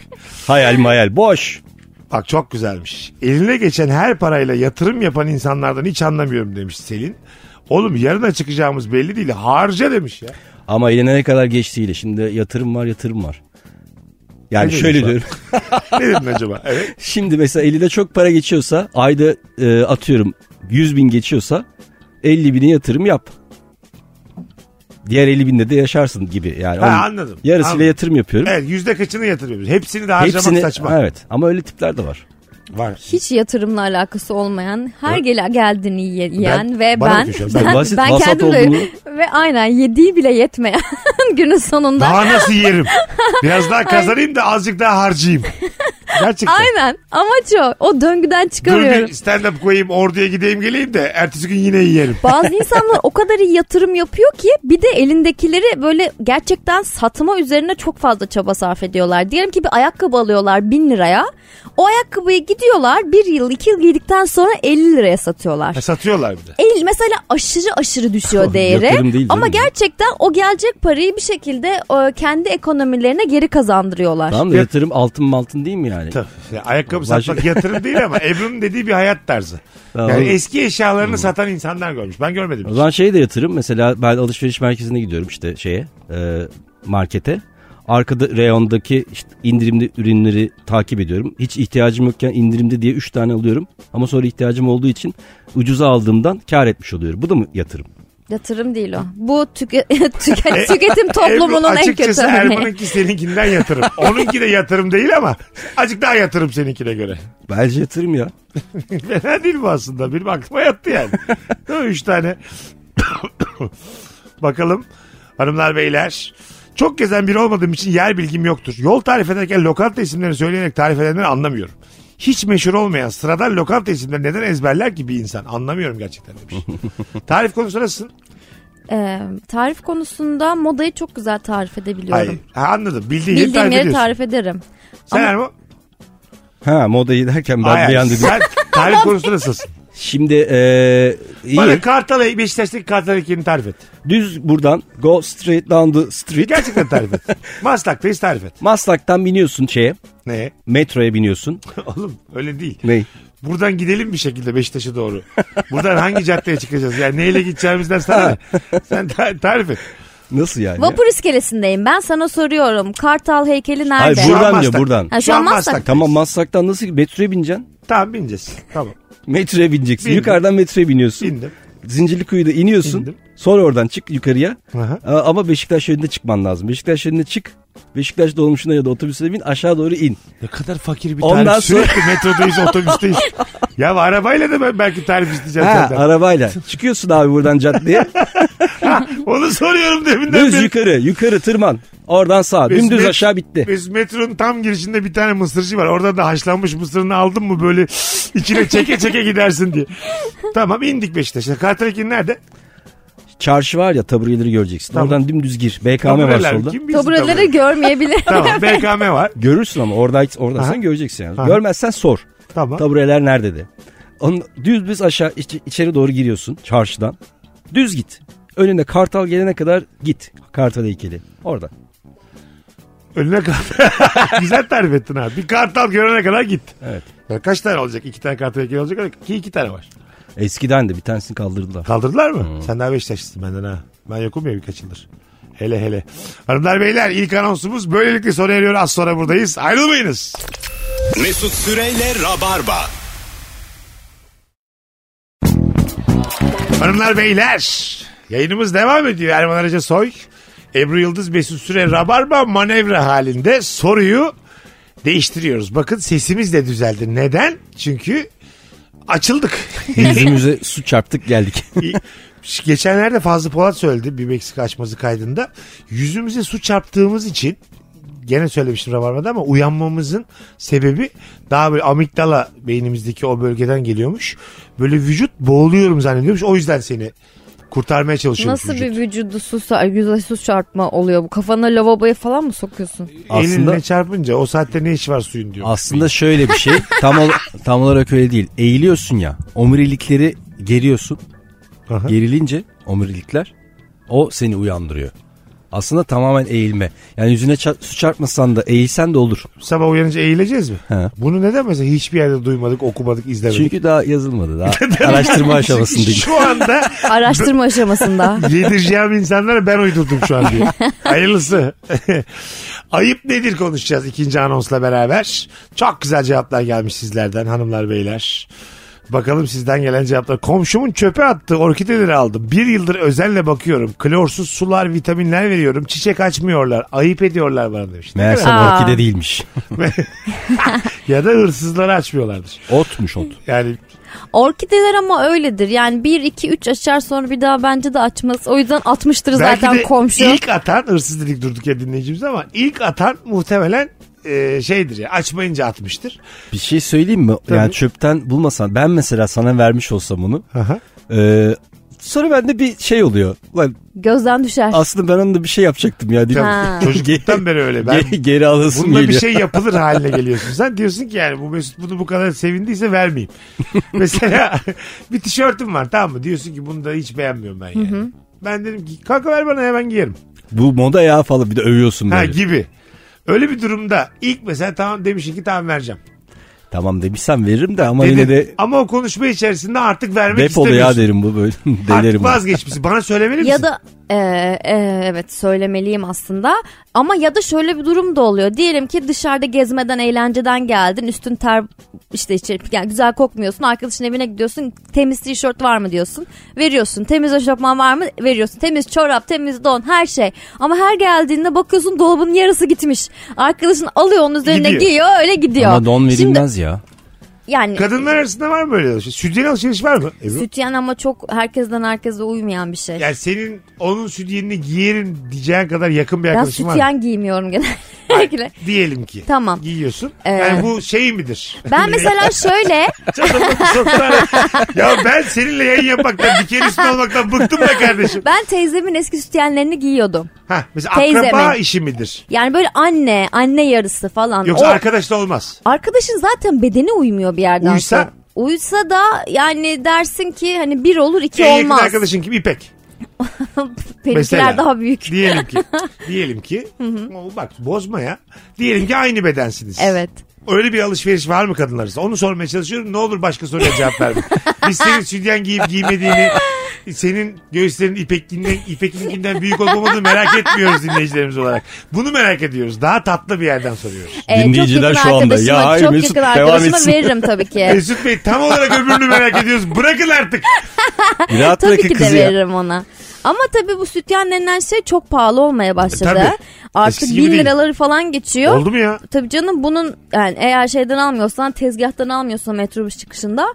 [SPEAKER 5] Hayal mayal boş.
[SPEAKER 3] Bak çok güzelmiş. Eline geçen her parayla yatırım yapan insanlardan hiç anlamıyorum demiş Selin. Oğlum yarına çıkacağımız belli değil. Harca demiş ya.
[SPEAKER 5] Ama eline ne kadar geçtiğiyle. Şimdi yatırım var yatırım var. Yani
[SPEAKER 3] Ne
[SPEAKER 5] şöyle
[SPEAKER 3] diyorsun?
[SPEAKER 5] diyorum.
[SPEAKER 3] Ne dedin acaba? Evet.
[SPEAKER 5] Şimdi mesela eline çok para geçiyorsa ayda e, atıyorum 100 bin geçiyorsa 50 bini yatırım yap. Diğer 50 binde de yaşarsın gibi yani.
[SPEAKER 3] Ha,
[SPEAKER 5] Onun
[SPEAKER 3] anladım.
[SPEAKER 5] Yarısıyla
[SPEAKER 3] Anladım.
[SPEAKER 5] yatırım yapıyorum.
[SPEAKER 3] Evet yüzde kaçını yatırıyoruz? Hepsini de harcamak
[SPEAKER 5] Hepsini-
[SPEAKER 3] saçma.
[SPEAKER 5] Evet ama öyle tipler de var.
[SPEAKER 3] Var.
[SPEAKER 4] Hiç yatırımla alakası olmayan, her gele geldiğini ye- yiyen
[SPEAKER 3] Ben-
[SPEAKER 4] ve
[SPEAKER 3] bana
[SPEAKER 4] ben
[SPEAKER 3] mı düşüyor?
[SPEAKER 5] Ben basit, vasat
[SPEAKER 4] kendim de-
[SPEAKER 5] olduğunu-
[SPEAKER 4] ve aynen yediği bile yetmeyen günün sonunda
[SPEAKER 3] Daha nasıl yerim? Biraz daha kazanayım da azıcık daha harcayayım. Gerçekten.
[SPEAKER 4] aynen amaç o. O döngüden
[SPEAKER 3] Dur
[SPEAKER 4] çıkamıyorum.
[SPEAKER 3] bir stand up koyayım orduya gideyim geleyim de ertesi gün yine yiyelim.
[SPEAKER 4] Bazı insanlar o kadar iyi yatırım yapıyor ki bir de elindekileri böyle gerçekten satma üzerine çok fazla çaba sarf ediyorlar. Diyelim ki bir ayakkabı alıyorlar bin liraya. O ayakkabıyı gidiyorlar bir yıl iki yıl giydikten sonra 50 liraya satıyorlar.
[SPEAKER 3] Ha, satıyorlar bir de.
[SPEAKER 4] El mesela aşırı aşırı düşüyor değeri
[SPEAKER 5] Yatırım değil
[SPEAKER 4] ama
[SPEAKER 5] canım.
[SPEAKER 4] gerçekten o gelecek parayı bir şekilde e, kendi ekonomilerine geri kazandırıyorlar.
[SPEAKER 5] Tamam da yatırım altın mı altın değil mi yani?
[SPEAKER 3] Tabii. Ya, Ayakkabı
[SPEAKER 5] Başka-
[SPEAKER 3] satmak yatırım değil ama Ebru'nun dediği bir hayat tarzı.
[SPEAKER 5] Tamam.
[SPEAKER 3] Yani eski eşyalarını satan insanlar görmüş. Ben görmedim.
[SPEAKER 5] O
[SPEAKER 3] hiç.
[SPEAKER 5] zaman şey de yatırım mesela ben alışveriş merkezine gidiyorum işte şeye e, markete. Arkada reyondaki işte indirimli ürünleri takip ediyorum. Hiç ihtiyacım yokken indirimde diye 3 tane alıyorum. Ama sonra ihtiyacım olduğu için ucuza aldığımdan kar etmiş oluyorum. Bu da mı yatırım?
[SPEAKER 4] Yatırım değil o. Bu tüke- tüke- tüketim toplumunun
[SPEAKER 3] E, Ebru
[SPEAKER 4] en kötü
[SPEAKER 3] açıkçası
[SPEAKER 4] örneği.
[SPEAKER 3] Erman'ınki seninkinden yatırım. Onunki de yatırım değil ama azıcık daha yatırım seninkine göre.
[SPEAKER 5] Bence yatırım ya.
[SPEAKER 3] Fena değil bu aslında. Benim aklıma yattı yani. Değil mi? Üç tane. Bakalım hanımlar beyler. Çok gezen biri olmadığım için yer bilgim yoktur. Yol tarif ederken lokanta isimlerini söyleyerek tarif edenleri anlamıyorum. Hiç meşhur olmayan sıradan lokanta isimleri neden ezberler ki bir insan? Anlamıyorum gerçekten demiş. tarif konusu nasılsın?
[SPEAKER 4] Ee, tarif konusunda modayı çok güzel tarif edebiliyorum.
[SPEAKER 3] Hayır. Ha, anladım. Bildiğin yeri
[SPEAKER 4] Bildiğim
[SPEAKER 3] tarif
[SPEAKER 4] yeri
[SPEAKER 3] ediyorsun.
[SPEAKER 4] tarif ederim.
[SPEAKER 3] Sen
[SPEAKER 4] Ama-
[SPEAKER 3] Erman?
[SPEAKER 5] Ha modayı derken ben
[SPEAKER 3] Hayır,
[SPEAKER 5] bir an dedim.
[SPEAKER 3] Sen tarif konusunda nasılsın?
[SPEAKER 5] Şimdi eee iyi.
[SPEAKER 3] Bana Kartal Beşiktaş'taki Kartal ekibini tarif et.
[SPEAKER 5] Düz buradan go straight down the street.
[SPEAKER 3] Gerçekten tarif et. Maslak'tayız tarif et.
[SPEAKER 5] Maslak'tan biniyorsun şeye.
[SPEAKER 3] Ne?
[SPEAKER 5] Metroya biniyorsun.
[SPEAKER 3] Oğlum öyle değil.
[SPEAKER 5] Ney?
[SPEAKER 3] Buradan gidelim bir şekilde Beşiktaş'a doğru. Buradan hangi caddeye çıkacağız? Yani neyle gideceğimizden sana ne? Sen ta- tarif et.
[SPEAKER 5] Nasıl yani?
[SPEAKER 4] Vapur iskelesindeyim ben sana soruyorum. Kartal heykeli
[SPEAKER 5] Hayır
[SPEAKER 4] nerede?
[SPEAKER 3] Şu an
[SPEAKER 5] buradan diyor
[SPEAKER 3] Maslak.
[SPEAKER 5] buradan.
[SPEAKER 4] Ha, şu an Maslak.
[SPEAKER 5] Tamam Maslak'tan nasıl metroya bineceksin?
[SPEAKER 3] Tamam bineceğiz. Tamam.
[SPEAKER 5] Metroya bineceksin.
[SPEAKER 3] Bindim.
[SPEAKER 5] Yukarıdan metroya biniyorsun.
[SPEAKER 3] Bindim.
[SPEAKER 5] Zincirlikuyu'da iniyorsun.
[SPEAKER 3] İndim.
[SPEAKER 5] Sonra oradan çık yukarıya.
[SPEAKER 3] Aha.
[SPEAKER 5] Aa, Ama Beşiktaş yönünde çıkman lazım. Beşiktaş yönünde çık. Beşiktaş dolmuşuna ya da otobüsüne bin aşağı doğru in.
[SPEAKER 3] Ne kadar fakir bir
[SPEAKER 5] Ondan
[SPEAKER 3] tarif.
[SPEAKER 5] sonra-
[SPEAKER 3] Sürekli metrodayız, otobüsteyiz. Ya arabayla da ben belki tarif isteyeceğim
[SPEAKER 5] Ha,
[SPEAKER 3] senden.
[SPEAKER 5] arabayla. Çıkıyorsun abi buradan caddeye.
[SPEAKER 3] Onu soruyorum deminden
[SPEAKER 5] Düz yukarı, yukarı tırman. Oradan sağ.
[SPEAKER 3] Biz
[SPEAKER 5] Dümdüz
[SPEAKER 3] met-
[SPEAKER 5] aşağı bitti.
[SPEAKER 3] Biz metronun tam girişinde bir tane mısırcı var. Orada da haşlanmış mısırını aldın mı böyle içine çeke çeke gidersin diye. Tamam indik Beşiktaş'a. Kartrekin nerede?
[SPEAKER 5] Çarşı var ya tabureleri göreceksin.
[SPEAKER 3] Tamam.
[SPEAKER 5] Oradan dümdüz gir. BKM var
[SPEAKER 3] Tabureler.
[SPEAKER 5] solda.
[SPEAKER 3] Kim bilsin
[SPEAKER 4] Tabureleri
[SPEAKER 3] tabureleri?
[SPEAKER 4] görmeyebilir.
[SPEAKER 3] Tamam BKM var.
[SPEAKER 5] Görürsün ama orada oradan
[SPEAKER 3] Aha.
[SPEAKER 5] sen göreceksin yani.
[SPEAKER 3] Aha.
[SPEAKER 5] Görmezsen sor.
[SPEAKER 3] Tamam.
[SPEAKER 5] Tabureler nerede de. Onun düz düz aşağı iç- içeri doğru giriyorsun çarşıdan. Düz git. Önüne kartal gelene kadar git. Kartal heykeli. Orada.
[SPEAKER 3] Önüne kartal. Güzel tarif ettin abi. Bir kartal görene kadar git.
[SPEAKER 5] Evet.
[SPEAKER 3] Ya kaç tane olacak? İki tane kartrekin olacak. Ki iki tane var.
[SPEAKER 5] Eskiden de bir tanesini kaldırdılar.
[SPEAKER 3] Kaldırdılar mı? Sen daha Beşiktaşlısın benden ha. Ben yokum ya birkaç yıldır. Hele hele. Hanımlar beyler ilk anonsumuz böylelikle sona eriyor. Az sonra buradayız. Ayrılmayınız.
[SPEAKER 2] Mesut Süreyle Rabarba.
[SPEAKER 3] Hanımlar beyler yayınımız devam ediyor. Erman Araca Soy, Ebru Yıldız, Mesut Süre, Rabarba manevra halinde soruyu değiştiriyoruz. Bakın sesimiz de düzeldi. Neden? Çünkü açıldık.
[SPEAKER 5] Yüzümüze su çarptık geldik.
[SPEAKER 3] Geçenlerde Fazlı Polat söyledi bir Meksika açması kaydında. Yüzümüze su çarptığımız için gene söylemiştim Rabarba'da ama uyanmamızın sebebi daha böyle amigdala beynimizdeki o bölgeden geliyormuş. Böyle vücut boğuluyorum zannediyormuş. O yüzden seni kurtarmaya çalışıyormuş
[SPEAKER 4] Nasıl
[SPEAKER 3] vücut.
[SPEAKER 4] bir vücudu sus, yüze su çarpma oluyor bu? Kafana lavaboya falan mı sokuyorsun?
[SPEAKER 3] Elinle
[SPEAKER 5] Aslında-
[SPEAKER 3] çarpınca o saatte ne iş var suyun diyor.
[SPEAKER 5] Aslında şöyle bir şey. Tam, ol- tam olarak öyle değil. Eğiliyorsun ya. Omurilikleri geriyorsun.
[SPEAKER 3] Aha.
[SPEAKER 5] Gerilince omurilikler o seni uyandırıyor. Aslında tamamen eğilme. Yani yüzüne ça- su çarpmasan da eğilsen de olur.
[SPEAKER 3] Sabah uyanınca eğileceğiz mi?
[SPEAKER 5] He.
[SPEAKER 3] Bunu neden mesela hiçbir yerde duymadık, okumadık, izlemedik?
[SPEAKER 5] Çünkü daha yazılmadı. Daha araştırma aşamasındayım.
[SPEAKER 3] Şu anda
[SPEAKER 4] Araştırma aşamasında.
[SPEAKER 3] Yedireceğim insanlara ben uydurdum şu an diye. Hayırlısı. Ayıp nedir konuşacağız ikinci anonsla beraber. Çok güzel cevaplar gelmiş sizlerden hanımlar beyler. Bakalım sizden gelen cevaplar. Komşumun çöpe attığı orkideleri aldım. Bir yıldır özenle bakıyorum. Klorsuz sular, vitaminler veriyorum. Çiçek açmıyorlar. Ayıp ediyorlar bana demiş. Ne
[SPEAKER 5] Meğerse
[SPEAKER 4] Aa.
[SPEAKER 5] orkide değilmiş.
[SPEAKER 3] kadar- Ya da hırsızları açmıyorlardır.
[SPEAKER 5] Otmuş ot.
[SPEAKER 3] Yani
[SPEAKER 4] Orkideler ama öyledir. Yani 1 2 3 açar sonra bir daha bence de açmaz. O yüzden atmıştır zaten
[SPEAKER 3] belki de
[SPEAKER 4] komşu.
[SPEAKER 3] ilk atan hırsız dedik durduk ya dinleyicimiz ama ilk atan muhtemelen e, şeydir ya açmayınca atmıştır.
[SPEAKER 5] Bir şey söyleyeyim mi?
[SPEAKER 3] Tabii.
[SPEAKER 5] Yani çöpten bulmasan ben mesela sana vermiş olsam onu.
[SPEAKER 3] Aha.
[SPEAKER 5] Ee, sonra bende bir şey oluyor. Lan
[SPEAKER 4] Gözden düşer.
[SPEAKER 5] aslında ben onunla bir şey yapacaktım ya. Değil mi?
[SPEAKER 4] Ha.
[SPEAKER 3] Çocukluktan beri öyle. Ben
[SPEAKER 5] Ge- geri alasım
[SPEAKER 3] bununla bir
[SPEAKER 5] geliyor.
[SPEAKER 3] şey yapılır haline geliyorsun. Sen diyorsun ki yani bu Mesut bunu bu kadar sevindiyse vermeyeyim. Mesela bir tişörtüm var tamam mı? Diyorsun ki bunu da hiç beğenmiyorum ben yani. Ben dedim ki kanka ver bana hemen giyerim.
[SPEAKER 5] Bu moda ya falan bir de övüyorsun
[SPEAKER 3] Ha
[SPEAKER 5] böyle.
[SPEAKER 3] gibi. Öyle bir durumda ilk mesela tamam demişsin ki tamam vereceğim.
[SPEAKER 5] tamam demişsem veririm de ama
[SPEAKER 3] Dedim.
[SPEAKER 5] yine de
[SPEAKER 3] Ama o konuşma içerisinde artık vermek
[SPEAKER 5] depolu ya
[SPEAKER 3] istemiyorsun.
[SPEAKER 5] derim bu böyle.
[SPEAKER 3] Artık
[SPEAKER 5] Delerim. onu.
[SPEAKER 3] vazgeçmişsin. Bana söylemeli misin?
[SPEAKER 4] Ya da e, e, evet söylemeliyim aslında ama ya da şöyle bir durum da oluyor. Diyelim ki dışarıda gezmeden eğlenceden geldin üstün ter işte içeri, yani güzel kokmuyorsun arkadaşın evine gidiyorsun temiz tişört var mı diyorsun veriyorsun temiz eşofman var mı veriyorsun temiz çorap temiz don her şey ama her geldiğinde bakıyorsun dolabın yarısı gitmiş arkadaşın alıyor onun üzerine
[SPEAKER 3] Gidiyor.
[SPEAKER 4] giyiyor öyle gidiyor.
[SPEAKER 5] Ama don
[SPEAKER 4] Şimdi,
[SPEAKER 5] verilmez ya.
[SPEAKER 4] yani
[SPEAKER 3] Kadınlar arasında var mı böyle alışveriş? Sütyen alışveriş var mı? Ebru?
[SPEAKER 4] sütyen ama çok herkesten herkese uymayan bir şey.
[SPEAKER 3] Yani senin onun sütyenini giyerim diyeceğin kadar yakın bir
[SPEAKER 4] ben
[SPEAKER 3] arkadaşın var mı?
[SPEAKER 4] sütyen giymiyorum genellikle.
[SPEAKER 3] Diyelim ki.
[SPEAKER 4] Tamam.
[SPEAKER 3] Giyiyorsun.
[SPEAKER 4] Ee,
[SPEAKER 3] yani bu şey midir?
[SPEAKER 4] Ben mesela şöyle
[SPEAKER 3] Canım, çok sana- ya ben seninle yayın yapmaktan diken üstüne olmaktan bıktım be kardeşim.
[SPEAKER 4] ben teyzemin eski sütyenlerini giyiyordum.
[SPEAKER 3] Ha, mesela
[SPEAKER 4] Teyze
[SPEAKER 3] akraba
[SPEAKER 4] mi?
[SPEAKER 3] işi midir?
[SPEAKER 4] Yani böyle anne, anne yarısı falan.
[SPEAKER 3] Yoksa
[SPEAKER 4] O-
[SPEAKER 3] arkadaş da olmaz.
[SPEAKER 4] arkadaşın zaten bedeni uymuyor bir yerden
[SPEAKER 3] Uysa?
[SPEAKER 4] sonra. Uysa da yani dersin ki hani bir olur iki
[SPEAKER 3] en yakın
[SPEAKER 4] olmaz.
[SPEAKER 3] arkadaşın kim? İpek.
[SPEAKER 4] Benimkiler
[SPEAKER 3] Mesela.
[SPEAKER 4] daha büyük.
[SPEAKER 3] Diyelim ki. diyelim ki. bak bozma ya. Diyelim ki aynı bedensiniz.
[SPEAKER 4] Evet.
[SPEAKER 3] Öyle bir alışveriş var mı kadınlar arasında? Onu sormaya çalışıyorum. Ne olur başka soruya cevap verme. Biz senin sütyen giyip giymediğini, senin göğüslerin ipekliğinden, ipekinkinden büyük olup olmadığını merak etmiyoruz dinleyicilerimiz olarak. Bunu merak ediyoruz. Daha tatlı bir yerden soruyoruz.
[SPEAKER 4] Ee,
[SPEAKER 5] Dinleyiciler
[SPEAKER 4] çok
[SPEAKER 5] şu
[SPEAKER 4] yakın
[SPEAKER 5] anda,
[SPEAKER 4] arkadaşıma-
[SPEAKER 5] "Ya hayır
[SPEAKER 4] çok
[SPEAKER 5] Mesut,
[SPEAKER 4] yakın
[SPEAKER 5] devam
[SPEAKER 4] arkadaşıma
[SPEAKER 5] etsin."
[SPEAKER 4] veririm tabii ki.
[SPEAKER 3] Mesut Bey tam olarak öbürünü merak ediyoruz. Bırakın artık.
[SPEAKER 5] Rahat
[SPEAKER 4] e, tabii
[SPEAKER 5] bırakın
[SPEAKER 4] ki de
[SPEAKER 5] kızı ya.
[SPEAKER 4] veririm ona. Ama tabii bu sütyen denilen şey çok pahalı olmaya başladı.
[SPEAKER 3] E, tabii.
[SPEAKER 4] Artık
[SPEAKER 3] Eskisi gibi
[SPEAKER 4] bin
[SPEAKER 3] değil.
[SPEAKER 4] liraları falan geçiyor.
[SPEAKER 3] Oldu mu ya?
[SPEAKER 4] Tabii canım bunun yani eğer şeyden almıyorsan tezgahtan almıyorsan metrobüs çıkışında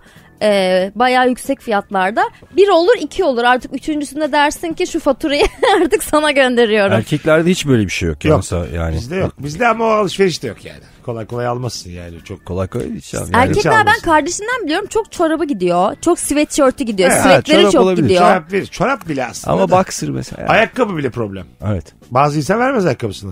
[SPEAKER 4] e, bayağı yüksek fiyatlarda bir olur iki olur artık üçüncüsünde dersin ki şu faturayı artık sana gönderiyorum.
[SPEAKER 5] Erkeklerde hiç böyle bir şey yok.
[SPEAKER 3] Yok.
[SPEAKER 5] yok. yani.
[SPEAKER 3] Bizde yok. Bizde ama o alışveriş de yok yani. Kolay kolay almazsın yani. Çok
[SPEAKER 5] Kolay kolay hiç yani.
[SPEAKER 3] hiç
[SPEAKER 4] Erkekler ben
[SPEAKER 3] almıyorsun.
[SPEAKER 4] kardeşimden biliyorum çok çorabı gidiyor. Çok sweatshirt'ü gidiyor.
[SPEAKER 5] Evet,
[SPEAKER 4] Sweatleri
[SPEAKER 5] çorap
[SPEAKER 4] çok
[SPEAKER 5] olabilir.
[SPEAKER 4] gidiyor.
[SPEAKER 3] Çorap verir. Çorap bile aslında.
[SPEAKER 5] Ama
[SPEAKER 3] da.
[SPEAKER 5] boxer mesela.
[SPEAKER 3] Ayakkabı bile problem.
[SPEAKER 5] Evet.
[SPEAKER 3] Bazı insan vermez ayakkabısını.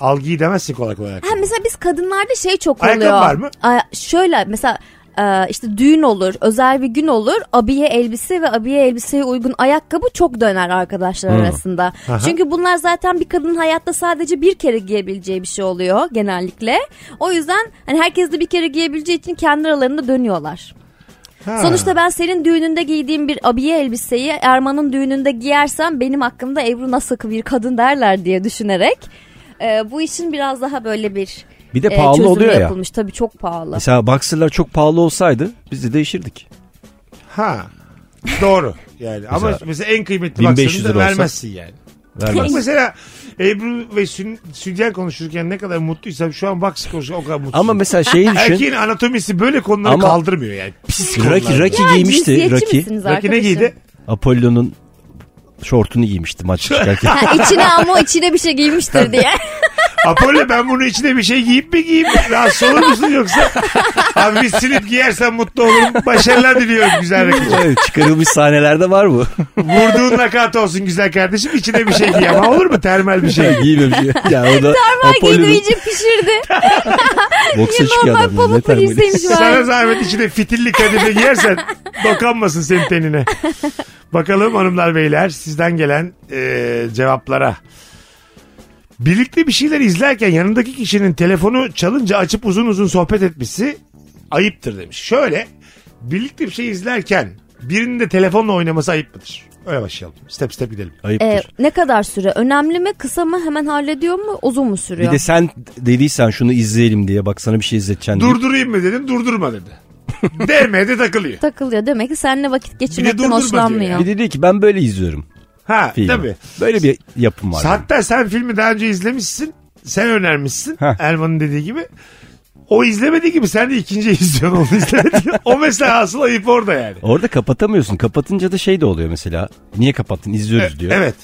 [SPEAKER 3] Al giy demezsin kolay kolay
[SPEAKER 4] Ha
[SPEAKER 3] ayakkabı.
[SPEAKER 4] mesela biz kadınlarda şey çok oluyor.
[SPEAKER 3] Ayakkabı var mı?
[SPEAKER 4] Ay- şöyle mesela e, işte düğün olur, özel bir gün olur. Abiye elbise ve abiye elbiseye uygun ayakkabı çok döner arkadaşlar arasında. Çünkü bunlar zaten bir kadının hayatta sadece bir kere giyebileceği bir şey oluyor genellikle. O yüzden hani herkes de bir kere giyebileceği için kendi aralarında dönüyorlar.
[SPEAKER 3] Ha.
[SPEAKER 4] Sonuçta ben senin düğününde giydiğim bir abiye elbiseyi Erman'ın düğününde giyersem benim hakkımda Ebru nasıl bir kadın derler diye düşünerek e, bu işin biraz daha böyle bir
[SPEAKER 5] Bir de
[SPEAKER 4] e,
[SPEAKER 5] pahalı
[SPEAKER 4] çözümü
[SPEAKER 5] oluyor ya.
[SPEAKER 4] yapılmış. Tabii çok pahalı.
[SPEAKER 5] Mesela boxer'lar çok pahalı olsaydı biz de değişirdik.
[SPEAKER 3] Ha. Doğru. Yani ama
[SPEAKER 5] Mesela
[SPEAKER 3] mesela en kıymetli
[SPEAKER 5] 1500
[SPEAKER 3] baksana da
[SPEAKER 5] lira olsa-
[SPEAKER 3] vermezsin yani. Bak
[SPEAKER 5] Vermez.
[SPEAKER 3] mesela Ebru ve Sün, Südyen konuşurken ne kadar mutluysam şu an Boxer konuşurken o kadar mutsuzum.
[SPEAKER 5] Ama mesela şeyi düşün.
[SPEAKER 3] Erkeğin anatomisi böyle konuları
[SPEAKER 5] Ama-
[SPEAKER 3] kaldırmıyor yani. Pis konular.
[SPEAKER 5] Rocky, Rocky
[SPEAKER 4] Ya,
[SPEAKER 5] giymişti.
[SPEAKER 4] cinsiyetçi
[SPEAKER 5] Rocky.
[SPEAKER 4] misiniz
[SPEAKER 3] Rocky ne
[SPEAKER 4] arkadaşım?
[SPEAKER 3] giydi?
[SPEAKER 5] Apollo'nun şortunu giymişti maç çıkarken.
[SPEAKER 4] Ha, içine ama içine bir şey giymiştir diye.
[SPEAKER 3] Apollo ben bunu içine bir şey giyip mi giyeyim? Rahatsız olur musun yoksa? Abi bir silip giyersen mutlu olurum. Başarılar diliyorum güzel rakip.
[SPEAKER 5] Evet, Çıkarılmış sahnelerde var bu.
[SPEAKER 3] Vurduğun nakat olsun güzel kardeşim. İçine bir şey giy ama olur mu? Termal bir şey.
[SPEAKER 5] Giymemiş. Ya o da
[SPEAKER 4] Normal giydi
[SPEAKER 5] Apollo'nun
[SPEAKER 4] iyice pişirdi.
[SPEAKER 5] boksa
[SPEAKER 4] Niye
[SPEAKER 5] çıkıyor
[SPEAKER 4] normal
[SPEAKER 5] adam. ya, Ne
[SPEAKER 4] pamuklu
[SPEAKER 5] termali.
[SPEAKER 4] giyseymiş
[SPEAKER 3] Sana
[SPEAKER 4] var.
[SPEAKER 3] zahmet içine fitilli kadife giyersen dokanmasın senin tenine. Bakalım hanımlar beyler sizden gelen e, cevaplara. Birlikte bir şeyler izlerken yanındaki kişinin telefonu çalınca açıp uzun uzun sohbet etmesi ayıptır demiş. Şöyle birlikte bir şey izlerken birinin de telefonla oynaması ayıp mıdır? Öyle başlayalım. Step step gidelim.
[SPEAKER 5] Ayıptır.
[SPEAKER 4] E, ne kadar süre? Önemli mi? Kısa mı? Hemen hallediyor mu? Uzun mu
[SPEAKER 5] Bir
[SPEAKER 4] sürüyor?
[SPEAKER 5] de sen dediysen şunu izleyelim diye bak sana bir şey izleteceğim diye.
[SPEAKER 3] Durdurayım mı dedim durdurma dedi. Değmeye de takılıyor.
[SPEAKER 4] Takılıyor. Demek ki seninle vakit geçirmekten
[SPEAKER 3] durdurma diyor
[SPEAKER 4] hoşlanmıyor.
[SPEAKER 5] Bir de diyor ki ben böyle izliyorum
[SPEAKER 3] Ha
[SPEAKER 5] filmi.
[SPEAKER 3] tabii.
[SPEAKER 5] Böyle bir yapım var. yani.
[SPEAKER 3] Hatta sen filmi daha önce izlemişsin. Sen önermişsin.
[SPEAKER 5] Heh.
[SPEAKER 3] Erman'ın dediği gibi. O izlemediği gibi sen de ikinci izliyorsun onu izlemedi. o mesela asıl ayıp orada yani.
[SPEAKER 5] Orada kapatamıyorsun. Kapatınca da şey de oluyor mesela. Niye kapattın? İzliyoruz diyor.
[SPEAKER 3] Evet.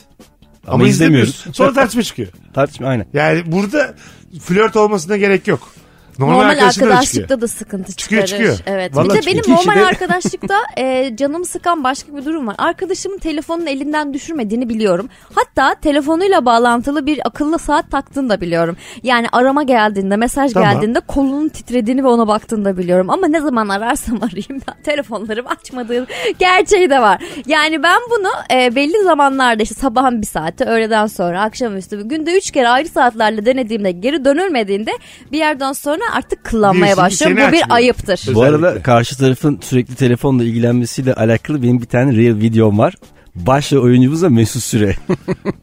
[SPEAKER 5] Ama, izlemiyoruz.
[SPEAKER 3] izlemiyorsun. Sonra tartışma çıkıyor.
[SPEAKER 5] Tartışma aynen.
[SPEAKER 3] Yani burada flört olmasına gerek yok. Normal,
[SPEAKER 4] Normal
[SPEAKER 3] arkadaşlıkta da çıkıyor.
[SPEAKER 4] arkadaşlıkta da sıkıntı
[SPEAKER 3] Çıkıyor,
[SPEAKER 4] çıkarır.
[SPEAKER 3] çıkıyor.
[SPEAKER 4] Evet.
[SPEAKER 3] Vallahi
[SPEAKER 4] bir de
[SPEAKER 3] çıkıyor.
[SPEAKER 4] benim
[SPEAKER 3] İki
[SPEAKER 4] normal
[SPEAKER 3] kişi de-
[SPEAKER 4] arkadaşlıkta e, canımı sıkan başka bir durum var. Arkadaşımın telefonunu elinden düşürmediğini biliyorum. Hatta telefonuyla bağlantılı bir akıllı saat taktığını da biliyorum. Yani arama geldiğinde, mesaj
[SPEAKER 3] Tamam.
[SPEAKER 4] geldiğinde kolunun titrediğini ve ona baktığını da biliyorum. Ama ne zaman ararsam arayayım ben telefonlarımı açmadığı gerçeği de var. Yani ben bunu e, belli zamanlarda işte sabahın bir saati, öğleden sonra, akşamüstü, günde üç kere ayrı saatlerle denediğimde geri dönülmediğinde bir yerden sonra artık kullanmaya
[SPEAKER 3] Diyorsun ki
[SPEAKER 4] başlıyorum.
[SPEAKER 3] seni
[SPEAKER 4] Bu bir
[SPEAKER 3] açmıyor.
[SPEAKER 4] ayıptır.
[SPEAKER 5] Bu
[SPEAKER 3] Özellikle.
[SPEAKER 5] arada karşı tarafın sürekli telefonla ilgilenmesiyle alakalı benim bir tane real videom var. Başla oyuncumuz da Mesut Süre.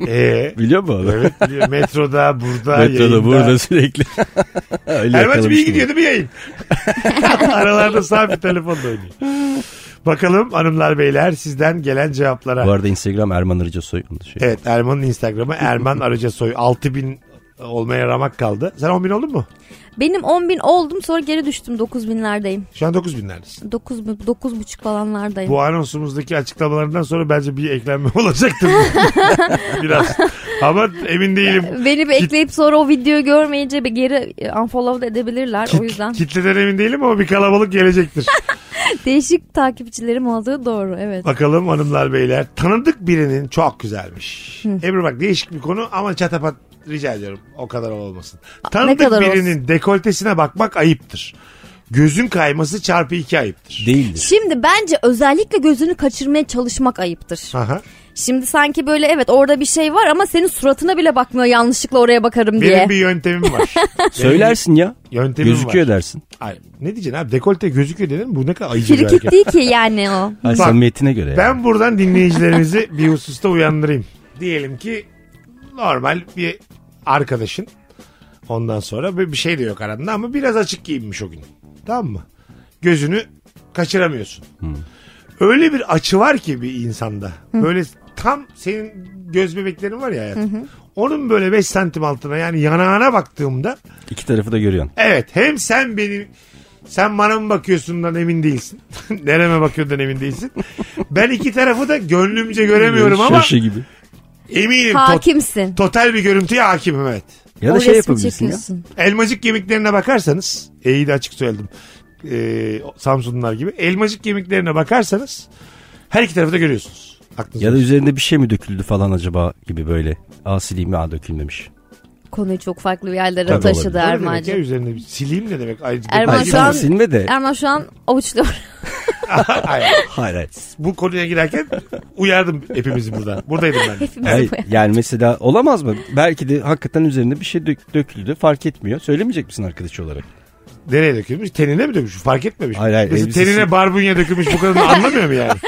[SPEAKER 3] Ee,
[SPEAKER 5] Biliyor musun onu?
[SPEAKER 3] evet biliyorum. metroda, burada,
[SPEAKER 5] Metroda
[SPEAKER 3] yayında.
[SPEAKER 5] burada sürekli. Öyle
[SPEAKER 3] Erman'cığım iyi
[SPEAKER 5] yakalamıştım.
[SPEAKER 3] gidiyor değil mi yayın? Aralarda sabit telefonla oynuyor. Bakalım hanımlar beyler sizden gelen cevaplara.
[SPEAKER 5] Bu arada Instagram Erman Arıca Soy. Onu da şey-
[SPEAKER 3] Evet Erman'ın Instagram'ı Erman Arıca Soy. 6000 olmaya ramak kaldı. Sen 10.000 oldun mu?
[SPEAKER 4] Benim 10 bin oldum sonra geri düştüm 9 binlerdeyim.
[SPEAKER 3] Şu an 9.000'lerdesin.
[SPEAKER 4] 9, bu- 9 buçuk falanlardayım.
[SPEAKER 3] Bu anonsumuzdaki açıklamalarından sonra bence bir eklenme olacaktır. Biraz. Ama emin değilim.
[SPEAKER 4] Beni bir ekleyip sonra o videoyu görmeyince bir geri e, unfollow da edebilirler. O yüzden
[SPEAKER 3] Kitleden emin değilim ama bir kalabalık gelecektir.
[SPEAKER 4] değişik takipçilerim olduğu doğru evet.
[SPEAKER 3] Bakalım hanımlar beyler. Tanıdık birinin çok güzelmiş. Ebru bak değişik bir konu ama çatapat rica ediyorum. O kadar olmasın. Tanıdık
[SPEAKER 4] kadar
[SPEAKER 3] birinin dekoltesine bakmak ayıptır. gözün kayması çarpı iki ayıptır.
[SPEAKER 5] Değildir.
[SPEAKER 4] Şimdi bence özellikle gözünü kaçırmaya çalışmak ayıptır.
[SPEAKER 3] Aha.
[SPEAKER 4] Şimdi sanki böyle evet orada bir şey var ama senin suratına bile bakmıyor yanlışlıkla oraya bakarım diye.
[SPEAKER 3] Benim bir yöntemim var.
[SPEAKER 5] Söylersin ya.
[SPEAKER 3] Yöntemim
[SPEAKER 5] Gözüküyor
[SPEAKER 3] var.
[SPEAKER 5] dersin.
[SPEAKER 3] Ay, ne diyeceksin abi dekolte gözüküyor dedin mi? bu ne kadar ayıcı bir
[SPEAKER 4] Frikik
[SPEAKER 3] hareket.
[SPEAKER 4] değil ki yani o.
[SPEAKER 5] Ay,
[SPEAKER 3] Bak,
[SPEAKER 5] samimiyetine göre yani.
[SPEAKER 3] Ben buradan dinleyicilerimizi bir hususta uyandırayım. Diyelim ki normal bir arkadaşın ondan sonra bir bir şey de yok aranda ama biraz açık giyinmiş o gün. Tamam mı? Gözünü kaçıramıyorsun.
[SPEAKER 4] Hmm.
[SPEAKER 3] Öyle bir açı var ki bir insanda. Böyle tam senin göz bebeklerin var ya hayatım. Onun böyle 5 santim altına yani yanağına baktığımda
[SPEAKER 5] İki tarafı da görüyorsun.
[SPEAKER 3] Evet hem sen benim sen bana mı bakıyorsundan emin değilsin. Nereme bakıyordan emin değilsin. Ben iki tarafı da gönlümce göremiyorum ama
[SPEAKER 5] Şaşı gibi.
[SPEAKER 3] eminim tot-
[SPEAKER 4] Hakimsin.
[SPEAKER 3] total bir görüntüye hakimim evet.
[SPEAKER 5] Ya
[SPEAKER 4] o
[SPEAKER 5] da şey
[SPEAKER 4] resmi
[SPEAKER 5] yapabilirsin ya.
[SPEAKER 4] çekiyorsun.
[SPEAKER 3] Elmacık kemiklerine bakarsanız iyi de açık söyledim. Ee, Samsunlular gibi. Elmacık kemiklerine bakarsanız her iki tarafı da görüyorsunuz. Aklınız
[SPEAKER 5] Ya da
[SPEAKER 3] olsun.
[SPEAKER 5] üzerinde bir şey mi döküldü falan acaba gibi böyle. Asili mi a dökülmemiş.
[SPEAKER 4] Konuyu çok farklı yerlere
[SPEAKER 5] Tabii
[SPEAKER 4] taşıdı
[SPEAKER 3] O ne demek ya
[SPEAKER 4] Erman'cığım.
[SPEAKER 3] üzerine bir- sileyim ne demek? Ayrıca
[SPEAKER 4] Erman
[SPEAKER 5] Hayır,
[SPEAKER 3] Ay,
[SPEAKER 4] şu an-
[SPEAKER 5] silme de.
[SPEAKER 4] Erman şu an avuçluyor.
[SPEAKER 3] ay,
[SPEAKER 5] Hayır hayır.
[SPEAKER 3] bu konuya girerken uyardım hepimizi burada. Buradaydım ben. de.
[SPEAKER 4] Hepimizi
[SPEAKER 5] Hayır,
[SPEAKER 4] bu-
[SPEAKER 5] yani mesela olamaz mı? Belki de hakikaten üzerinde bir şey dök- döküldü fark etmiyor. Söylemeyecek misin arkadaş olarak?
[SPEAKER 3] Nereye dökülmüş? Tenine mi dökülmüş? Fark etmemiş.
[SPEAKER 5] Hayır, hayır,
[SPEAKER 3] Mesela
[SPEAKER 5] elbisesi-
[SPEAKER 3] tenine barbunya dökülmüş bu kadını anlamıyor mu yani?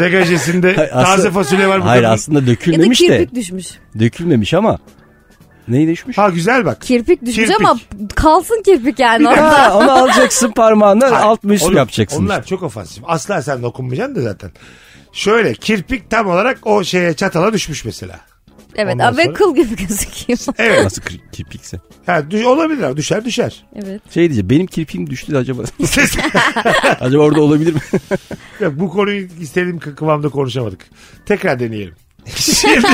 [SPEAKER 3] Degajesinde
[SPEAKER 5] Hayır,
[SPEAKER 3] taze
[SPEAKER 5] aslında-
[SPEAKER 3] fasulye var bu
[SPEAKER 5] Hayır
[SPEAKER 3] kadının.
[SPEAKER 5] aslında
[SPEAKER 4] Ya da
[SPEAKER 5] dökülmemiş de.
[SPEAKER 4] kirpik düşmüş.
[SPEAKER 5] Dökülmemiş ama. Neyi düşmüş?
[SPEAKER 3] Ha güzel bak.
[SPEAKER 4] Kirpik düşmüş
[SPEAKER 3] Kirpik.
[SPEAKER 4] ama kalsın kirpik yani. orada.
[SPEAKER 5] Ha, onu alacaksın parmağına
[SPEAKER 3] Hayır,
[SPEAKER 5] alt mı üst mü
[SPEAKER 3] oğlum,
[SPEAKER 5] yapacaksın.
[SPEAKER 3] Onlar
[SPEAKER 5] işte.
[SPEAKER 3] çok ofansif. Asla sen dokunmayacaksın da zaten. Şöyle kirpik tam olarak o şeye çatala düşmüş mesela.
[SPEAKER 4] evet
[SPEAKER 3] Ondan
[SPEAKER 4] ve
[SPEAKER 3] sonra-
[SPEAKER 4] kıl gibi gözüküyor.
[SPEAKER 3] Evet.
[SPEAKER 5] Nasıl kir- kirpikse.
[SPEAKER 3] Ha, düş, olabilir abi düşer düşer.
[SPEAKER 4] evet.
[SPEAKER 5] Şey diyeceğim benim kirpiğim düştü de acaba. acaba orada olabilir mi?
[SPEAKER 3] Ya, bu konuyu istediğim kı- kıvamda konuşamadık. Tekrar deneyelim. Şimdi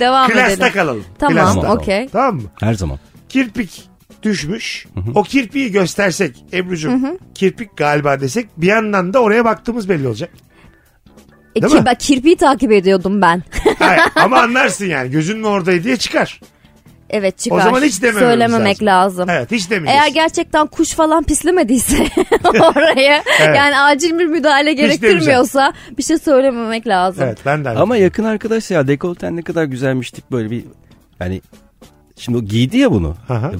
[SPEAKER 4] Devam
[SPEAKER 3] klasta
[SPEAKER 4] edelim.
[SPEAKER 3] kalalım.
[SPEAKER 4] Tamam
[SPEAKER 5] Klasta.
[SPEAKER 4] okey.
[SPEAKER 3] Tamam mı?
[SPEAKER 5] Her zaman.
[SPEAKER 3] kirpik düşmüş. O kirpiği göstersek Ebru'cum kirpik galiba desek bir yandan da oraya baktığımız belli olacak.
[SPEAKER 4] E,
[SPEAKER 3] Değil
[SPEAKER 4] ki-
[SPEAKER 3] mi?
[SPEAKER 4] ben kirpiği takip ediyordum ben.
[SPEAKER 3] Hayır, ama anlarsın yani gözün mü oradaydı diye çıkar.
[SPEAKER 4] evet çıkar.
[SPEAKER 3] O zaman hiç demememiz
[SPEAKER 4] Söylememek lazım.
[SPEAKER 3] Evet hiç demeyeceğiz.
[SPEAKER 4] Eğer gerçekten kuş falan pislemediyse oraya
[SPEAKER 3] Evet.
[SPEAKER 4] yani acil bir müdahale
[SPEAKER 3] demeyeceğim.
[SPEAKER 4] gerektirmiyorsa bir şey söylememek lazım.
[SPEAKER 3] Evet ben de aynı.
[SPEAKER 5] Ama yakın arkadaş ya dekolten ne kadar güzelmiş deyip böyle bir yani şimdi o giydi ya bunu.
[SPEAKER 3] Aha.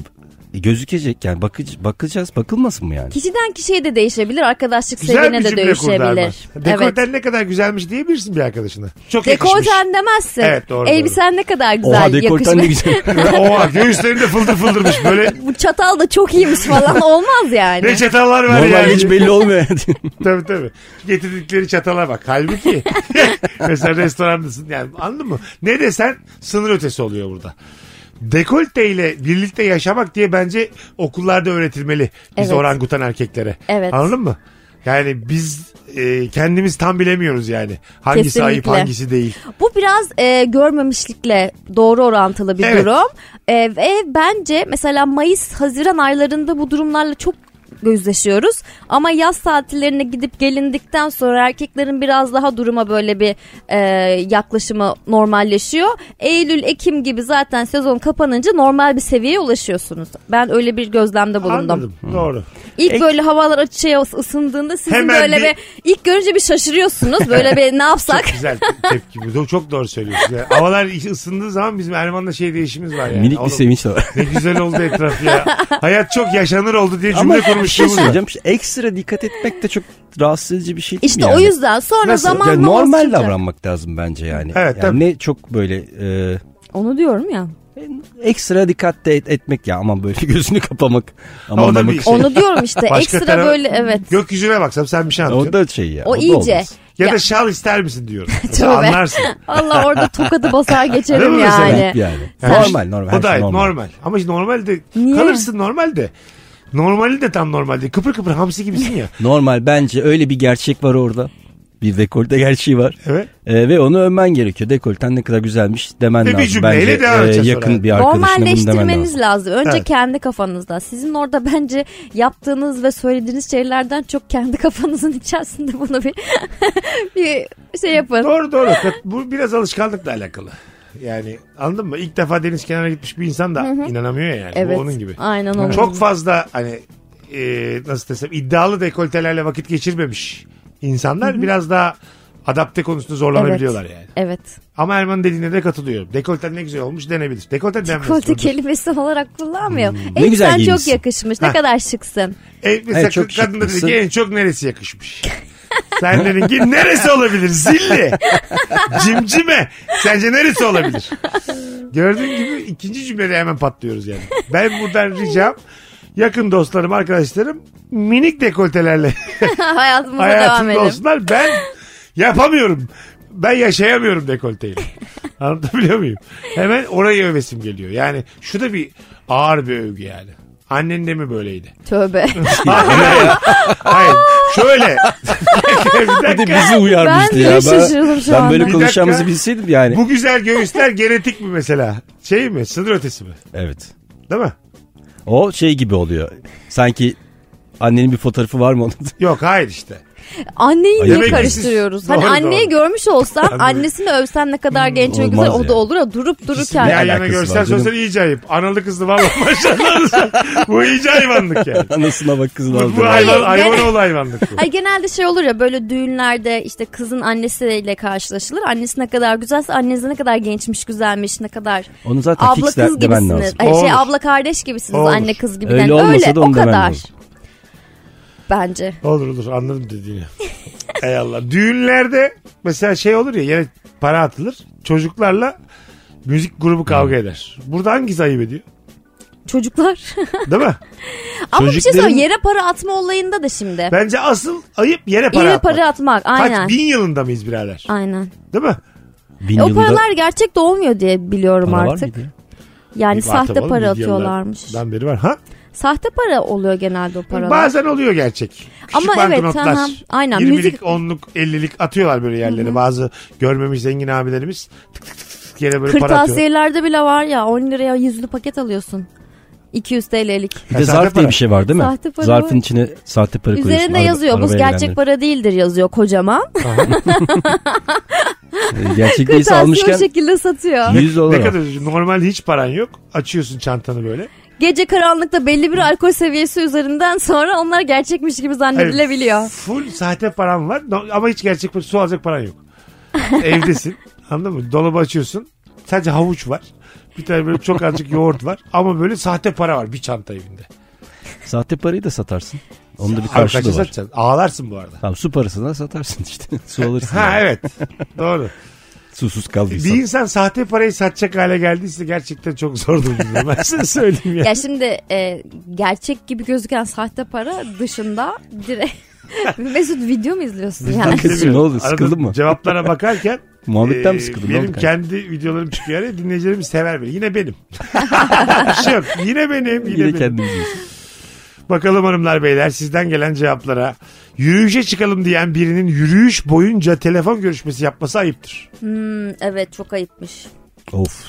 [SPEAKER 5] E, gözükecek yani bakıcı, bakacağız bakılmasın mı yani?
[SPEAKER 4] Kişiden kişiye de değişebilir, arkadaşlık
[SPEAKER 3] Güzel bir
[SPEAKER 4] seviyene de
[SPEAKER 3] cümle kurdu Erman.
[SPEAKER 4] değişebilir.
[SPEAKER 3] Dekolten ne kadar güzelmiş diyebilirsin bir arkadaşına. Çok yakışmış.
[SPEAKER 4] Dekolten demezsin.
[SPEAKER 3] Evet, doğru,
[SPEAKER 4] Elbisen ne kadar güzel
[SPEAKER 5] Oha şey dekolten ne
[SPEAKER 4] yakışmış.
[SPEAKER 5] güzel.
[SPEAKER 3] Oha göğüslerinde fıldır fıldırmış böyle.
[SPEAKER 4] Bu çatal da çok iyiymiş falan olmaz yani.
[SPEAKER 3] Ne çatallar var
[SPEAKER 5] Normal
[SPEAKER 3] yani.
[SPEAKER 5] hiç belli olmuyor.
[SPEAKER 3] Tabii tabii. Getirdikleri çatala bak. Halbuki mesela restorandasın yani anladın mı? Ne desen sınır ötesi oluyor burada. Dekolteyle birlikte yaşamak diye bence okullarda öğretilmeli. Biz
[SPEAKER 4] Evet.
[SPEAKER 3] orangutan erkeklere.
[SPEAKER 4] Evet.
[SPEAKER 3] Anladın mı? Yani biz e, kendimiz tam bilemiyoruz yani. Hangisi
[SPEAKER 4] Kesinlikle.
[SPEAKER 3] ayıp hangisi değil.
[SPEAKER 4] Bu biraz e, görmemişlikle doğru orantılı bir
[SPEAKER 3] Evet.
[SPEAKER 4] durum. E, ve bence mesela Mayıs-Haziran aylarında bu durumlarla çok gözleşiyoruz. Ama yaz tatillerine gidip gelindikten sonra erkeklerin biraz daha duruma böyle bir e, yaklaşımı normalleşiyor. Eylül, Ekim gibi zaten sezon kapanınca normal bir seviyeye ulaşıyorsunuz. Ben öyle bir gözlemde bulundum.
[SPEAKER 3] Anladım. Doğru.
[SPEAKER 4] İlk böyle havalar açıya ısındığında sizin
[SPEAKER 3] Hemen
[SPEAKER 4] böyle
[SPEAKER 3] bir-
[SPEAKER 4] bir... ilk görünce bir şaşırıyorsunuz. Böyle bir ne yapsak?
[SPEAKER 3] Çok güzel te- tepki. bu. Do- Çok doğru söylüyorsun. Yani havalar ısındığı zaman bizim Erman'la şey değişimiz var yani.
[SPEAKER 5] Minik bir
[SPEAKER 3] Oğlum,
[SPEAKER 5] sevinç de var.
[SPEAKER 3] Ne güzel oldu etraf ya. Hayat çok yaşanır oldu diye
[SPEAKER 5] Ama şey
[SPEAKER 3] cümle kurmuşluğumuz var.
[SPEAKER 5] söyleyeceğim. ekstra dikkat etmek de çok rahatsız edici bir şey değil
[SPEAKER 4] İşte
[SPEAKER 5] mi yani?
[SPEAKER 4] o yüzden sonra
[SPEAKER 3] Nasıl? Ya
[SPEAKER 4] zamanla
[SPEAKER 5] Ya normal
[SPEAKER 4] oturacak.
[SPEAKER 5] davranmak lazım bence yani.
[SPEAKER 3] Evet,
[SPEAKER 5] yani
[SPEAKER 3] tabii.
[SPEAKER 5] Ne çok böyle e,
[SPEAKER 4] Onu diyorum ya.
[SPEAKER 5] ekstra dikkat de et- etmek ya aman böyle gözünü kapamak. Aman
[SPEAKER 3] O da bir
[SPEAKER 5] aman-
[SPEAKER 3] şey.
[SPEAKER 4] Onu diyorum işte
[SPEAKER 3] Başka
[SPEAKER 4] ekstra
[SPEAKER 3] tarafa-
[SPEAKER 4] böyle evet.
[SPEAKER 3] Gökyüzüne baksam sen bir şey
[SPEAKER 5] O
[SPEAKER 3] anlatıyorsun.
[SPEAKER 5] da şey ya.
[SPEAKER 4] O
[SPEAKER 5] da
[SPEAKER 4] iyice.
[SPEAKER 5] olmaz.
[SPEAKER 3] ya, da
[SPEAKER 4] Ya-
[SPEAKER 3] şal ister misin diyorum.
[SPEAKER 4] Tövbe.
[SPEAKER 3] Mesela anlarsın.
[SPEAKER 4] Allah orada tokadı basar
[SPEAKER 3] Değil
[SPEAKER 4] geçerim
[SPEAKER 3] mi mesela?
[SPEAKER 4] yani.
[SPEAKER 5] Garip yani.
[SPEAKER 4] Sen-
[SPEAKER 5] Normal normal. her
[SPEAKER 3] o da
[SPEAKER 5] şey
[SPEAKER 3] normal.
[SPEAKER 5] normal.
[SPEAKER 3] normal. Ama işte normalde
[SPEAKER 4] Niye?
[SPEAKER 3] kalırsın normalde. Normali de tam normal değil. Kıpır kıpır hamsi gibisin ya.
[SPEAKER 5] Normal bence öyle bir gerçek var orada. Bir dekolte gerçeği var.
[SPEAKER 3] Evet.
[SPEAKER 5] E, ve onu önmen gerekiyor. Dekolten ne kadar güzelmiş demen
[SPEAKER 3] Ve bir
[SPEAKER 5] lazım.
[SPEAKER 3] cümleyle
[SPEAKER 5] Bence, Ee,
[SPEAKER 3] devam edeceğiz
[SPEAKER 5] yakın
[SPEAKER 3] sonra.
[SPEAKER 5] bir arkadaşına bunu demen
[SPEAKER 4] Normalleştirmeniz lazım.
[SPEAKER 5] lazım.
[SPEAKER 4] Önce
[SPEAKER 3] Evet.
[SPEAKER 4] kendi kafanızda. Sizin orada bence yaptığınız ve söylediğiniz şeylerden çok kendi kafanızın içerisinde bunu bir bir şey yapın.
[SPEAKER 3] Doğru doğru. Bu biraz alışkanlıkla alakalı. Yani anladın mı? İlk defa deniz kenarına gitmiş bir insan da inanamıyor yani.
[SPEAKER 4] Evet.
[SPEAKER 3] Bu onun gibi.
[SPEAKER 4] Aynen onun.
[SPEAKER 3] Çok fazla hani e, nasıl desem iddialı dekoltelerle vakit geçirmemiş insanlar biraz daha adapte konusunda zorlanabiliyorlar yani.
[SPEAKER 4] Evet.
[SPEAKER 3] Ama Erman'ın dediğine de katılıyorum. Dekolten ne güzel olmuş denebilir. Dekolten denmez.
[SPEAKER 4] Kolte kelimesi olarak kullanmıyor.
[SPEAKER 3] Hmm,
[SPEAKER 5] ne güzel
[SPEAKER 4] Elbisen çok
[SPEAKER 5] giymişsin.
[SPEAKER 4] yakışmış. Ne
[SPEAKER 3] Heh.
[SPEAKER 4] kadar şıksın.
[SPEAKER 3] E, mesela
[SPEAKER 5] Evet, çok
[SPEAKER 3] kadın da dedi
[SPEAKER 5] şıkmışsın.
[SPEAKER 3] ki en çok neresi yakışmış? Sen dedin ki neresi olabilir? Zilli. Cimcime. Sence neresi olabilir? Gördüğün gibi ikinci cümlede hemen patlıyoruz yani. Ben buradan ricam yakın dostlarım, arkadaşlarım minik dekoltelerle
[SPEAKER 4] Hayatımıza devam
[SPEAKER 3] hayatımda
[SPEAKER 4] edelim.
[SPEAKER 3] olsunlar. Ben yapamıyorum. Ben yaşayamıyorum dekolteyle. Anlatabiliyor muyum? Hemen orayı övesim geliyor. Yani şu da bir ağır bir övgü yani. Annen de mi böyleydi?
[SPEAKER 4] Tövbe.
[SPEAKER 3] Hayır. Hayır. Şöyle. bir
[SPEAKER 5] Bir de
[SPEAKER 3] dakika.
[SPEAKER 5] bizi uyarmıştı
[SPEAKER 4] Ben
[SPEAKER 5] ya.
[SPEAKER 4] şaşırdım şu
[SPEAKER 5] ben böyle
[SPEAKER 4] anda.
[SPEAKER 5] konuşacağımızı
[SPEAKER 3] Bir dakika.
[SPEAKER 5] bilseydim yani.
[SPEAKER 3] Bu güzel göğüsler genetik mi mesela? Şey mi? Sınır ötesi mi?
[SPEAKER 5] Evet.
[SPEAKER 3] Değil mi?
[SPEAKER 5] O şey gibi oluyor. Sanki annenin bir fotoğrafı var mı onun?
[SPEAKER 3] Yok hayır işte.
[SPEAKER 4] Anneyi
[SPEAKER 5] Ay,
[SPEAKER 4] niye
[SPEAKER 5] demek ki
[SPEAKER 4] karıştırıyoruz?
[SPEAKER 3] siz-
[SPEAKER 4] hani
[SPEAKER 3] Doğru,
[SPEAKER 4] anneyi
[SPEAKER 3] doğru.
[SPEAKER 4] görmüş olsam annesini övsem ne kadar genç ve
[SPEAKER 5] olmaz
[SPEAKER 4] güzel o
[SPEAKER 5] yani.
[SPEAKER 4] da olur ya durup dururken.
[SPEAKER 3] Yan yana
[SPEAKER 5] alakası
[SPEAKER 3] görsel
[SPEAKER 5] var canım?
[SPEAKER 3] sözler iyice ayıp. Analı kızlı valla maşallah. Bu iyice hayvanlık yani.
[SPEAKER 5] Anasına bak kızın
[SPEAKER 3] Bu,
[SPEAKER 5] aldı.
[SPEAKER 3] bu hayvan,
[SPEAKER 4] Hayır,
[SPEAKER 3] hayvan
[SPEAKER 4] gene-
[SPEAKER 3] oğlu hayvanlık bu.
[SPEAKER 4] Ay genelde şey olur ya böyle düğünlerde işte kızın annesiyle karşılaşılır. Annesi ne kadar güzelse annesi ne kadar gençmiş güzelmiş ne kadar
[SPEAKER 5] Onu zaten
[SPEAKER 4] abla
[SPEAKER 5] fix de-
[SPEAKER 4] kız
[SPEAKER 5] demen
[SPEAKER 4] gibisiniz.
[SPEAKER 5] lazım.
[SPEAKER 4] Ay,
[SPEAKER 3] Olur.
[SPEAKER 4] şey abla kardeş gibisiniz
[SPEAKER 3] Olur.
[SPEAKER 4] anne kız gibi.
[SPEAKER 5] Öyle
[SPEAKER 4] Yani
[SPEAKER 5] olmasa
[SPEAKER 4] öyle
[SPEAKER 5] da
[SPEAKER 4] o
[SPEAKER 5] onu demen
[SPEAKER 4] kadar.
[SPEAKER 5] lazım.
[SPEAKER 4] Bence.
[SPEAKER 3] Olur olur anladım dediğini. Ey Allah. Düğünlerde mesela şey olur ya yere para atılır. Çocuklarla müzik grubu kavga eder. Burada hangisi ayıp ediyor?
[SPEAKER 4] Çocuklar.
[SPEAKER 3] Değil mi?
[SPEAKER 4] Ama bir şey
[SPEAKER 5] Çocukların-
[SPEAKER 4] söyleyeyim yere para atma olayında da şimdi.
[SPEAKER 3] Bence asıl ayıp yere para
[SPEAKER 4] yere
[SPEAKER 3] atmak.
[SPEAKER 4] para atmak aynen.
[SPEAKER 3] Kaç bin yılında mıyız birader?
[SPEAKER 4] Aynen.
[SPEAKER 3] Değil mi?
[SPEAKER 5] Bin
[SPEAKER 4] E, o
[SPEAKER 5] yılda
[SPEAKER 4] paralar gerçek de olmuyor diye biliyorum
[SPEAKER 5] para var
[SPEAKER 4] artık.
[SPEAKER 5] mıydı ya?
[SPEAKER 4] Yani
[SPEAKER 3] E, Var tabii
[SPEAKER 4] sahte
[SPEAKER 3] oğlum,
[SPEAKER 4] para
[SPEAKER 3] bin yıllar-
[SPEAKER 4] atıyorlarmış.
[SPEAKER 3] Dan beri var. Ha?
[SPEAKER 4] Sahte para oluyor genelde o
[SPEAKER 3] E,
[SPEAKER 4] paralar.
[SPEAKER 3] Bazen oluyor gerçek. Küçük
[SPEAKER 4] Ama evet,
[SPEAKER 3] banknotlar.
[SPEAKER 4] aha, aynen,
[SPEAKER 3] 20'lik,
[SPEAKER 4] müzik-
[SPEAKER 3] 10'luk, 50'lik atıyorlar böyle yerlere. Bazı görmemiş zengin abilerimiz tık tık tık tık yere böyle para atıyor.
[SPEAKER 4] Kırtasiyelerde bile var ya 10 liraya 100'lü paket alıyorsun. 200 TL'lik.
[SPEAKER 5] Bir
[SPEAKER 3] Sahte
[SPEAKER 5] de zarf
[SPEAKER 3] para.
[SPEAKER 5] diye bir şey var değil mi?
[SPEAKER 4] Sahte para
[SPEAKER 5] Zarfın
[SPEAKER 4] var.
[SPEAKER 5] içine sahte para koyuyorsun.
[SPEAKER 4] Üzerinde
[SPEAKER 5] Araba-
[SPEAKER 4] yazıyor bu
[SPEAKER 5] arabaya
[SPEAKER 4] gerçek
[SPEAKER 5] gelenler.
[SPEAKER 4] para değildir yazıyor kocaman.
[SPEAKER 5] Ee, Gerçek değilse
[SPEAKER 4] Kırtasiye o
[SPEAKER 5] almışken
[SPEAKER 4] şekilde satıyor.
[SPEAKER 5] 100
[SPEAKER 3] Ne
[SPEAKER 5] dolar. al.
[SPEAKER 3] kadar üzücü. Normal hiç paran yok. Açıyorsun çantanı böyle.
[SPEAKER 4] Gece karanlıkta belli bir alkol seviyesi üzerinden sonra onlar gerçekmiş gibi
[SPEAKER 3] Hayır,
[SPEAKER 4] zannedilebiliyor.
[SPEAKER 3] Full sahte paran var No- ama hiç gerçek para- su alacak paran yok. Evdesin. Anladın mı? Dolabı açıyorsun. Sadece havuç var. Bir tane böyle çok azıcık yoğurt var. Ama böyle sahte para var bir çanta evinde.
[SPEAKER 5] Sahte parayı da satarsın. Onun da bir
[SPEAKER 3] Abi kaça
[SPEAKER 5] karşılığı var.
[SPEAKER 3] satacaksın? Ağlarsın bu arada.
[SPEAKER 5] Tamam su parasını da satarsın işte. su alırsın.
[SPEAKER 3] Ha
[SPEAKER 5] yani.
[SPEAKER 3] evet. Doğru.
[SPEAKER 5] Susuz kaldıysan.
[SPEAKER 3] Bir insan sahte parayı satacak hale geldiyse gerçekten çok zor durumda. Ben size söyleyeyim ya.
[SPEAKER 4] Ya şimdi e, gerçek gibi gözüken sahte para dışında direkt Mesut video mu izliyorsun yani?
[SPEAKER 5] Kızım,
[SPEAKER 3] Bilmiyorum.
[SPEAKER 5] ne oldu?
[SPEAKER 3] Arada
[SPEAKER 5] Sıkıldın mı?
[SPEAKER 3] Cevaplara bakarken
[SPEAKER 5] Muhabbetten mi
[SPEAKER 3] e,
[SPEAKER 5] sıkıldın? Ne
[SPEAKER 3] Benim
[SPEAKER 5] oldu kanka?
[SPEAKER 3] kendi videolarım çıkıyor. ya, Dinleyicilerim sever beni. Yine benim. Bir şey yok. Yine benim. Yine,
[SPEAKER 5] Yine
[SPEAKER 3] benim.
[SPEAKER 5] kendimiz yiyorsun.
[SPEAKER 3] Bakalım hanımlar beyler sizden gelen cevaplara. Yürüyüşe çıkalım diyen birinin yürüyüş boyunca telefon görüşmesi yapması ayıptır.
[SPEAKER 4] Hmm, evet çok ayıpmış.
[SPEAKER 5] Of.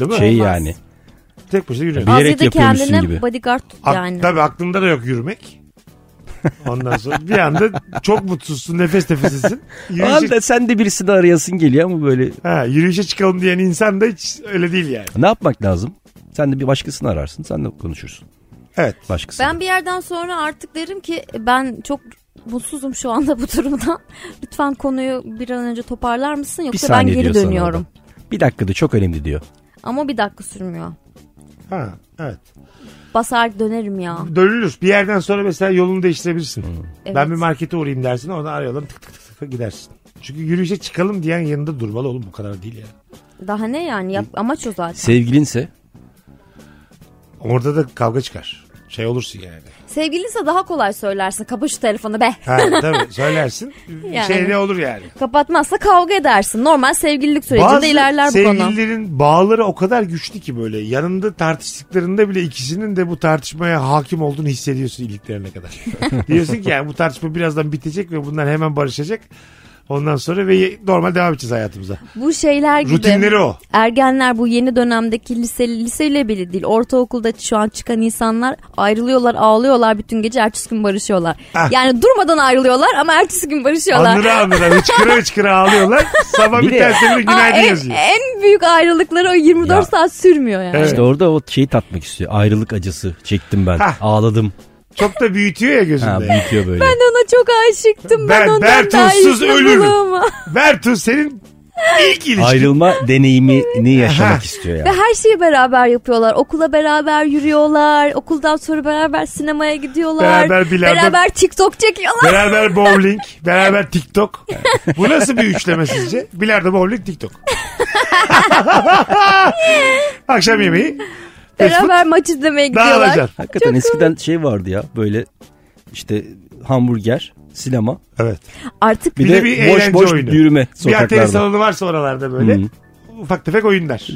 [SPEAKER 3] Değil mi?
[SPEAKER 5] Şey
[SPEAKER 4] Olmaz.
[SPEAKER 5] yani.
[SPEAKER 3] Tek başına yürüyor.
[SPEAKER 5] Bir- Bilerek
[SPEAKER 4] Asya'da
[SPEAKER 5] yapıyormuşsun
[SPEAKER 4] kendine
[SPEAKER 5] gibi.
[SPEAKER 4] bodyguard tut
[SPEAKER 3] Ak-
[SPEAKER 4] yani.
[SPEAKER 3] Tabii aklında da yok yürümek. Ondan sonra bir anda çok mutsuzsun, nefes nefesesin. Yürüyüşe,
[SPEAKER 5] Anda sen de birisini arayasın geliyor ama böyle
[SPEAKER 3] ha, yürüyüşe çıkalım diyen insan da hiç öyle değil yani.
[SPEAKER 5] ne yapmak lazım? Sen de bir başkasını ararsın. Sen de konuşursun.
[SPEAKER 3] Evet.
[SPEAKER 5] Başkası.
[SPEAKER 4] Ben bir yerden sonra artık derim ki ben çok mutsuzum şu anda bu durumdan. Lütfen konuyu bir an önce toparlar mısın yoksa ben geri
[SPEAKER 5] diyor sana
[SPEAKER 4] dönüyorum.
[SPEAKER 5] orada. Bir dakikada çok önemli diyor.
[SPEAKER 4] Ama bir dakika sürmüyor.
[SPEAKER 3] Ha, evet.
[SPEAKER 4] Basar dönerim ya.
[SPEAKER 3] Dönülür. Bir yerden sonra mesela yolunu değiştirebilirsin.
[SPEAKER 4] Evet.
[SPEAKER 3] Ben bir markete uğrayayım dersin. Oradan arayalım tık tık tık tık gidersin. Çünkü yürüyüşe çıkalım diyen yanında durmalı oğlum bu kadar değil ya.
[SPEAKER 4] Daha ne yani Yap, amaç o zaten.
[SPEAKER 5] Sevgilinse
[SPEAKER 3] Orada da kavga çıkar. Şey olursun yani.
[SPEAKER 4] Sevgilinse daha kolay söylersin. Kapa şu telefonu be.
[SPEAKER 3] Ha tabii söylersin.
[SPEAKER 4] Yani.
[SPEAKER 3] Şey ne olur yani.
[SPEAKER 4] Kapatmazsa kavga edersin. Normal sevgililik sürecinde ilerler bu konu.
[SPEAKER 3] sevgililerin bağları o kadar güçlü ki böyle yanında tartıştıklarında bile ikisinin de bu tartışmaya hakim olduğunu hissediyorsun iliklerine kadar. Diyorsun ki yani bu tartışma birazdan bitecek ve bunlar hemen barışacak. Ondan sonra ve ye- normal devam edeceğiz hayatımıza.
[SPEAKER 4] Bu şeyler gibi.
[SPEAKER 3] Rutinleri o.
[SPEAKER 4] Ergenler bu yeni dönemdeki lise, liseyle bile değil ortaokulda şu an çıkan insanlar ayrılıyorlar ağlıyorlar bütün gece ertesi gün barışıyorlar.
[SPEAKER 3] Ah.
[SPEAKER 4] Yani durmadan ayrılıyorlar ama ertesi gün barışıyorlar.
[SPEAKER 3] Anıra anıra hıçkıra hıçkıra ağlıyorlar. Sabah
[SPEAKER 5] Bir
[SPEAKER 3] bir
[SPEAKER 5] de-
[SPEAKER 3] tersine
[SPEAKER 4] Aa, e,
[SPEAKER 3] günaydın
[SPEAKER 4] en,
[SPEAKER 3] yazıyor.
[SPEAKER 4] en büyük ayrılıkları o 24
[SPEAKER 5] Ya.
[SPEAKER 4] saat sürmüyor yani.
[SPEAKER 3] Evet.
[SPEAKER 5] işte orada o şeyi tatmak istiyor. Ayrılık acısı çektim ben.
[SPEAKER 3] Hah.
[SPEAKER 5] Ağladım.
[SPEAKER 3] Çok da büyütüyor ya
[SPEAKER 5] Ha,
[SPEAKER 3] gözünde.
[SPEAKER 5] büyütüyor böyle.
[SPEAKER 4] Ben ona çok aşıktım. Ben,
[SPEAKER 3] Ben
[SPEAKER 4] ondan daha
[SPEAKER 3] Bertoltsuz
[SPEAKER 4] iyisini
[SPEAKER 3] ölürüm.
[SPEAKER 4] bulamam.
[SPEAKER 3] Bertu senin ilk ilişkin.
[SPEAKER 5] Ayrılma deneyimini yaşamak istiyor
[SPEAKER 4] Ve
[SPEAKER 5] yani.
[SPEAKER 4] her şeyi beraber yapıyorlar. Okula beraber yürüyorlar. Okuldan sonra beraber sinemaya gidiyorlar.
[SPEAKER 3] Beraber bilardo-
[SPEAKER 4] Beraber TikTok çekiyorlar.
[SPEAKER 3] Beraber bowling, beraber TikTok. Bu nasıl bir üçleme sizce? Bilardo, bowling, TikTok. Akşam yemeği. Facebook,
[SPEAKER 4] Beraber maç izlemeye
[SPEAKER 3] Dağılacak.
[SPEAKER 4] gidiyorlar.
[SPEAKER 5] Hakikaten eskiden şey vardı ya böyle işte hamburger, sinema
[SPEAKER 3] Evet.
[SPEAKER 4] Artık
[SPEAKER 5] bir,
[SPEAKER 3] Bir de
[SPEAKER 5] de,
[SPEAKER 3] bir eğlence
[SPEAKER 5] boş boş
[SPEAKER 3] oyunu.
[SPEAKER 5] yürüme
[SPEAKER 3] Bir atölye
[SPEAKER 5] sokaklarda.
[SPEAKER 3] salonu varsa oralarda böyle.
[SPEAKER 5] Hı.
[SPEAKER 3] Ufak tefek oyunlar.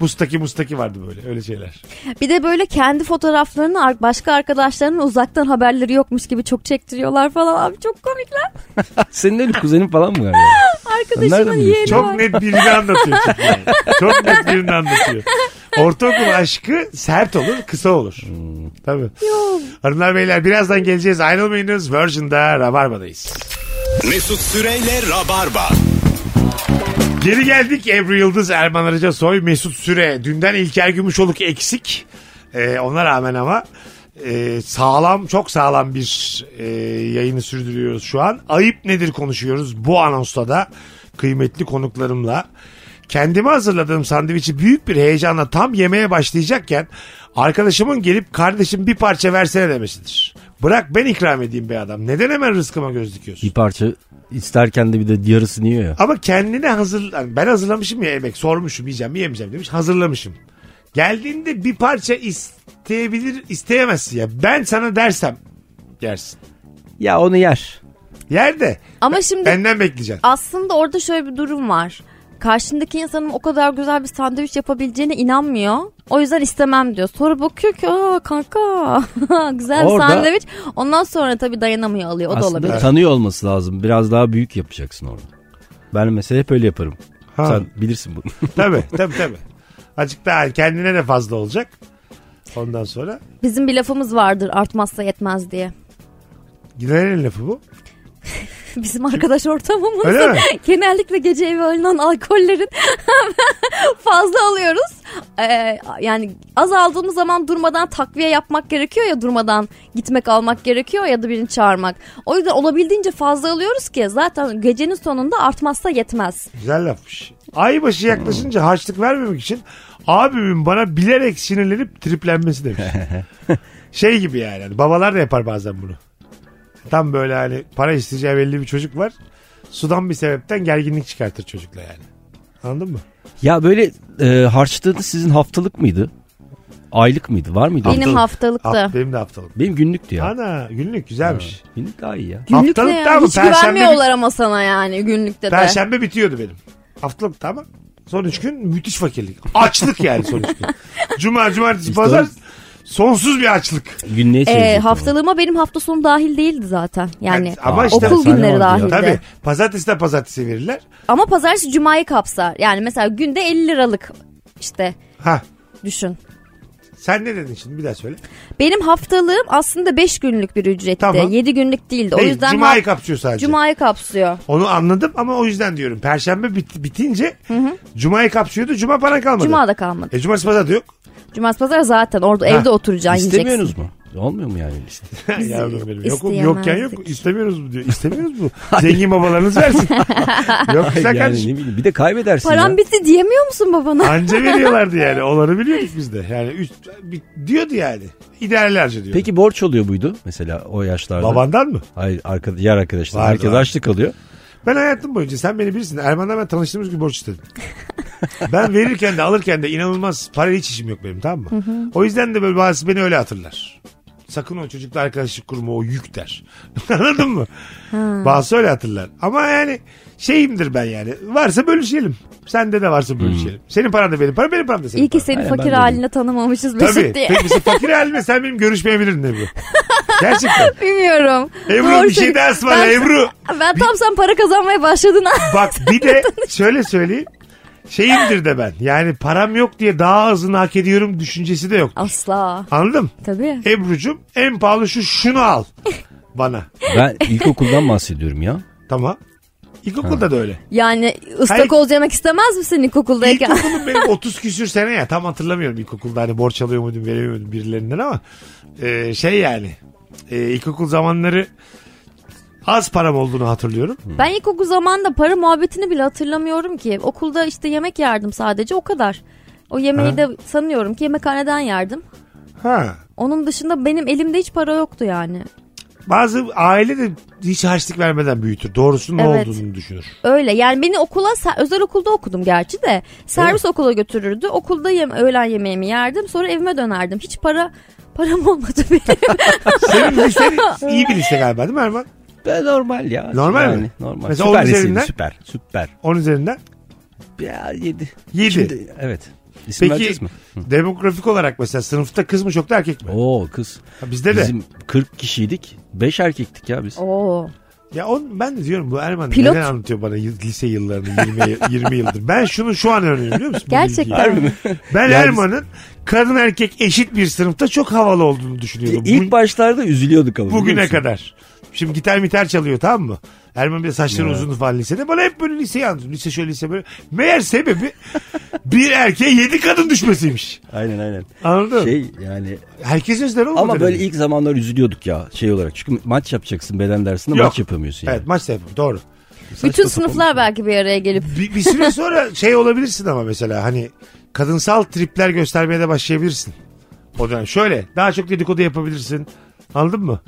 [SPEAKER 3] Mustaki mustaki vardı böyle öyle
[SPEAKER 4] E,
[SPEAKER 3] şeyler.
[SPEAKER 4] bir de böyle kendi fotoğraflarını ar- başka arkadaşlarının uzaktan haberleri yokmuş gibi çok çektiriyorlar falan. Abi çok komikler.
[SPEAKER 5] Senin öyle kuzenin falan mı var? ya?
[SPEAKER 4] Arkadaşımın
[SPEAKER 5] Nereden
[SPEAKER 4] yeğeni
[SPEAKER 3] Çok
[SPEAKER 4] var.
[SPEAKER 3] net birini anlatıyor çünkü. yani. Çok net birini anlatıyor. Ortaokul aşkı sert olur, kısa olur. Tabii. Hanımlar beyler birazdan geleceğiz. Ayrılmayınız. Virgin'da Rabarba'dayız.
[SPEAKER 2] Mesut Süreyle Rabarba.
[SPEAKER 3] Geri geldik Ebru Yıldız, Erman Arıca Soy, Mesut Süre. Dünden İlker Gümüşoluk eksik. Ee, ona rağmen ama e, sağlam, çok sağlam bir e, yayını sürdürüyoruz şu an. Ayıp nedir konuşuyoruz bu anonsta da kıymetli konuklarımla. Kendime hazırladığım sandviçi büyük bir heyecanla tam yemeye başlayacakken arkadaşımın gelip kardeşim bir parça versene demesidir. Bırak ben ikram edeyim be adam. Neden hemen rızkıma göz dikiyorsun?
[SPEAKER 5] Bir parça isterken de bir de yarısını yiyor ya.
[SPEAKER 3] Ama kendine hazır... yani Ben hazırlamışım ya yemek. Sormuşum yiyeceğim mi yemeyeceğim demiş. Hazırlamışım. Geldiğinde bir parça isteyebilir isteyemezsin ya. Ben sana dersem yersin.
[SPEAKER 5] Ya onu yer.
[SPEAKER 3] Yer de
[SPEAKER 4] Ama şimdi
[SPEAKER 3] benden bekleyeceksin.
[SPEAKER 4] aslında orada şöyle bir durum var. Karşındaki insanın o kadar güzel bir sandviç yapabileceğine inanmıyor. O yüzden istemem diyor. Sonra bakıyor ki aa kanka güzel bir
[SPEAKER 5] Orada-
[SPEAKER 4] sandviç. Ondan sonra tabii dayanamıyor alıyor. O da
[SPEAKER 5] Aslında
[SPEAKER 4] olabilir.
[SPEAKER 5] tanıyor olması lazım. Biraz daha büyük yapacaksın orada. Ben mesela hep öyle yaparım.
[SPEAKER 3] Ha.
[SPEAKER 5] Sen bilirsin bunu.
[SPEAKER 3] Tabii tabii tabii. Azıcık daha kendine de fazla olacak. Ondan sonra
[SPEAKER 4] Bizim bir lafımız vardır artmazsa yetmez diye.
[SPEAKER 3] Gidenin lafı bu.
[SPEAKER 4] Bizim arkadaş ortamımız
[SPEAKER 3] Öyle mi?
[SPEAKER 4] genellikle gece eve alınan alkollerin fazla alıyoruz. Ee, yani az aldığımız zaman durmadan takviye yapmak gerekiyor ya durmadan gitmek almak gerekiyor ya da birini çağırmak. O yüzden olabildiğince fazla alıyoruz ki zaten gecenin sonunda artmazsa yetmez.
[SPEAKER 3] Güzel lafmış. Aybaşı yaklaşınca harçlık vermemek için abimin bana bilerek sinirlenip triplenmesi demiş. şey gibi yani. hani Babalar da yapar bazen bunu. Tam böyle hani para isteyeceği belli bir çocuk var. Sudan bir sebepten gerginlik çıkartır çocukla yani. Anladın mı?
[SPEAKER 5] ya böyle e, harçlığınız sizin haftalık mıydı? Aylık mıydı? Var mıydı?
[SPEAKER 4] Benim haftalıktı.
[SPEAKER 3] Hap, benim de haftalık.
[SPEAKER 5] Benim günlüktü ya.
[SPEAKER 3] Ana günlük güzelmiş.
[SPEAKER 5] Günlük daha iyi ya.
[SPEAKER 4] Günlük ne
[SPEAKER 3] Haftalık da
[SPEAKER 4] ya?
[SPEAKER 3] mı?
[SPEAKER 4] Hiç
[SPEAKER 3] Perşembe
[SPEAKER 4] güvenmiyorlar ama sana yani günlükte de.
[SPEAKER 3] Perşembe bitiyordu benim. Haftalık tamam. Son üç gün müthiş fakirlik. Açlık yani son üç gün. Cuma, cumartesi,
[SPEAKER 5] İşte
[SPEAKER 3] pazar
[SPEAKER 5] o-
[SPEAKER 3] sonsuz bir açlık.
[SPEAKER 5] Günlüğe
[SPEAKER 4] Ee,
[SPEAKER 5] çevirecektim.
[SPEAKER 4] haftalığıma benim hafta sonu dahil değildi zaten. Yani
[SPEAKER 3] Yani ama
[SPEAKER 5] Aa,
[SPEAKER 3] işte-
[SPEAKER 4] okul
[SPEAKER 5] efsane
[SPEAKER 4] günleri
[SPEAKER 5] vardı
[SPEAKER 4] dahildi.
[SPEAKER 5] ya.
[SPEAKER 3] Tabii. Pazartesi de pazartesi verirler.
[SPEAKER 4] Ama pazartesi cumayı kapsar. Yani mesela günde 50 liralık işte
[SPEAKER 3] Ha.
[SPEAKER 4] düşün.
[SPEAKER 3] Sen ne dedin şimdi bir daha söyle.
[SPEAKER 4] Benim haftalığım aslında 5 günlük bir ücretti.
[SPEAKER 3] Tamam.
[SPEAKER 4] 7 günlük değildi. O
[SPEAKER 3] Değil,
[SPEAKER 4] yüzden
[SPEAKER 3] Cuma'yı
[SPEAKER 4] haf-
[SPEAKER 3] kapsıyor sadece.
[SPEAKER 4] Cuma'yı kapsıyor.
[SPEAKER 3] Onu anladım ama o yüzden diyorum. Perşembe bit- bitince Cuma'yı kapsıyordu. Cuma para kalmadı.
[SPEAKER 4] Cuma da kalmadı.
[SPEAKER 3] E cumartesi pazar da yok.
[SPEAKER 4] Cumartesi pazar zaten orada evde oturacaksın yiyeceksin.
[SPEAKER 5] İstemiyorsunuz mu? Olmuyor mu yani? İşte?
[SPEAKER 3] Yavrum benim. Yok, yokken yok.
[SPEAKER 4] isteyemezdik.
[SPEAKER 3] İstemiyoruz mu diyor. İstemiyoruz mu? Zengin babalarınız versin. yok güzel
[SPEAKER 5] yani
[SPEAKER 3] kardeşim.
[SPEAKER 5] ne bileyim bir de kaybedersin
[SPEAKER 4] Param
[SPEAKER 5] ya.
[SPEAKER 4] bitti diyemiyor musun babana?
[SPEAKER 3] Anca veriyorlardı yani. Olanı biliyorduk biz de. Yani üst, bir- diyordu yani. İdealerce diyordu.
[SPEAKER 5] Peki borç oluyor buydu mesela o yaşlarda?
[SPEAKER 3] Babandan mı?
[SPEAKER 5] Hayır arkada, yer arkadaşlar.
[SPEAKER 3] Vardı,
[SPEAKER 5] Herkes
[SPEAKER 3] vardı.
[SPEAKER 5] açlık alıyor.
[SPEAKER 3] Ben hayatım boyunca sen beni bilirsin. Erman'la ben tanıştığımız gün borç istedim. ben verirken de alırken de inanılmaz parayla hiç işim yok benim tamam mı? o yüzden de böyle bazı beni öyle hatırlar. Sakın o çocukla arkadaşlık kurma o yük der. Anladın mı? Bazısı öyle hatırlar. Ama yani şeyimdir ben yani. Varsa bölüşelim. Sende de varsa bölüşelim. Senin paran da benim param benim param da senin
[SPEAKER 4] İyi ki
[SPEAKER 3] paran.
[SPEAKER 4] seni
[SPEAKER 5] Aynen, ben
[SPEAKER 4] fakir
[SPEAKER 5] de
[SPEAKER 4] haline tanımamışız Mesut
[SPEAKER 3] Tabii.
[SPEAKER 4] diye.
[SPEAKER 3] Peki sen fakir halime sen benim görüşmeyebilirdin Ebru. Gerçekten.
[SPEAKER 4] Bilmiyorum.
[SPEAKER 3] Ebru
[SPEAKER 4] Doğru
[SPEAKER 3] bir şey
[SPEAKER 4] söylüyorsun.
[SPEAKER 3] daha ısmarla
[SPEAKER 4] Ben-
[SPEAKER 3] Ebru.
[SPEAKER 4] Ben tam sen para kazanmaya başladın.
[SPEAKER 3] Bak bir de şöyle söyleyeyim. Şeyimdir de ben. Yani param yok diye daha azını hak ediyorum düşüncesi de yok.
[SPEAKER 4] Asla.
[SPEAKER 3] Anladın mı?
[SPEAKER 4] Tabii.
[SPEAKER 3] Ebru'cum en pahalı şu şunu al bana.
[SPEAKER 5] Ben ilkokuldan bahsediyorum ya.
[SPEAKER 3] Tamam. İlkokulda da öyle.
[SPEAKER 4] Yani
[SPEAKER 3] Hayır.
[SPEAKER 4] ıstakoz yemek istemez misin ilkokuldayken?
[SPEAKER 3] İlkokulum benim 30 küsür sene ya. Tam hatırlamıyorum ilkokulda hani borç alıyor muydum veremiyor muydum birilerinden ama. e, şey yani e, ilkokul zamanları az param olduğunu hatırlıyorum.
[SPEAKER 4] Ben ilkokul zamanında para muhabbetini bile hatırlamıyorum ki. Okulda işte yemek yerdim sadece o kadar. O yemeği
[SPEAKER 3] Ha.
[SPEAKER 4] de sanıyorum ki yemekhaneden yerdim.
[SPEAKER 3] Ha.
[SPEAKER 4] Onun dışında benim elimde hiç para yoktu yani.
[SPEAKER 3] Bazı aile de hiç harçlık vermeden büyütür. Doğrusu ne
[SPEAKER 4] Evet.
[SPEAKER 3] olduğunu düşünür.
[SPEAKER 4] Öyle yani beni okula se- özel okulda okudum gerçi de servis okula götürürdü. Okulda yem, öğlen yemeğimi yerdim sonra evime dönerdim. Hiç para param olmadı benim.
[SPEAKER 3] Senin lisen iyi bir lise galiba değil mi Erman?
[SPEAKER 5] Ben normal ya.
[SPEAKER 3] Normal
[SPEAKER 5] yani,
[SPEAKER 3] mi?
[SPEAKER 5] Normal.
[SPEAKER 3] Mesela
[SPEAKER 5] süper
[SPEAKER 3] onun
[SPEAKER 5] liseydi,
[SPEAKER 3] üzerinden-
[SPEAKER 5] süper. Süper.
[SPEAKER 3] Onun üzerinden.
[SPEAKER 5] Ya yedi.
[SPEAKER 3] Yedi.
[SPEAKER 5] Şimdi, evet. İsim
[SPEAKER 3] Peki
[SPEAKER 5] vereceğiz mi?
[SPEAKER 3] demografik olarak mesela sınıfta kız mı çok da erkek mi?
[SPEAKER 5] Oo kız.
[SPEAKER 3] Ha, bizde de.
[SPEAKER 5] Bizim 40 kişiydik. 5 erkektik ya biz.
[SPEAKER 4] Oo.
[SPEAKER 3] Ya on, ben de diyorum bu Erman
[SPEAKER 4] Pilot.
[SPEAKER 3] neden anlatıyor bana yıl- lise yıllarını 20, 20 yıldır. Ben şunu şu an öğreniyorum biliyor musun? bu
[SPEAKER 4] Gerçekten.
[SPEAKER 3] bilgiyi? Ben
[SPEAKER 5] Yani-
[SPEAKER 3] Erman'ın kadın erkek eşit bir sınıfta çok havalı olduğunu düşünüyordum. Bu-
[SPEAKER 5] İlk başlarda üzülüyorduk ama. biliyor
[SPEAKER 3] bugüne
[SPEAKER 5] musun?
[SPEAKER 3] kadar. Şimdi gitar mitar çalıyor tamam mı? Erman bir de saçları
[SPEAKER 5] Evet.
[SPEAKER 3] uzundu falan lisede. Bana hep böyle liseyi anlatıyor. Lise şöyle lise böyle. Meğer sebebi bir erkeğe yedi kadın düşmesiymiş.
[SPEAKER 5] Aynen aynen.
[SPEAKER 3] Anladın?
[SPEAKER 5] Şey yani
[SPEAKER 3] Herkes yüzden olmadı.
[SPEAKER 5] ama böyle
[SPEAKER 3] herhalde.
[SPEAKER 5] ilk zamanlar üzülüyorduk ya şey olarak. Çünkü maç yapacaksın beden dersinde
[SPEAKER 3] Yok.
[SPEAKER 5] maç yapamıyorsun yani.
[SPEAKER 3] Evet maç da yapalım doğru.
[SPEAKER 4] Bütün sınıflar belki bir şey. araya gelip
[SPEAKER 3] Bir, bir süre sonra şey olabilirsin ama mesela hani kadınsal tripler göstermeye de başlayabilirsin. O dönem şöyle daha çok dedikodu yapabilirsin. Anladın mı?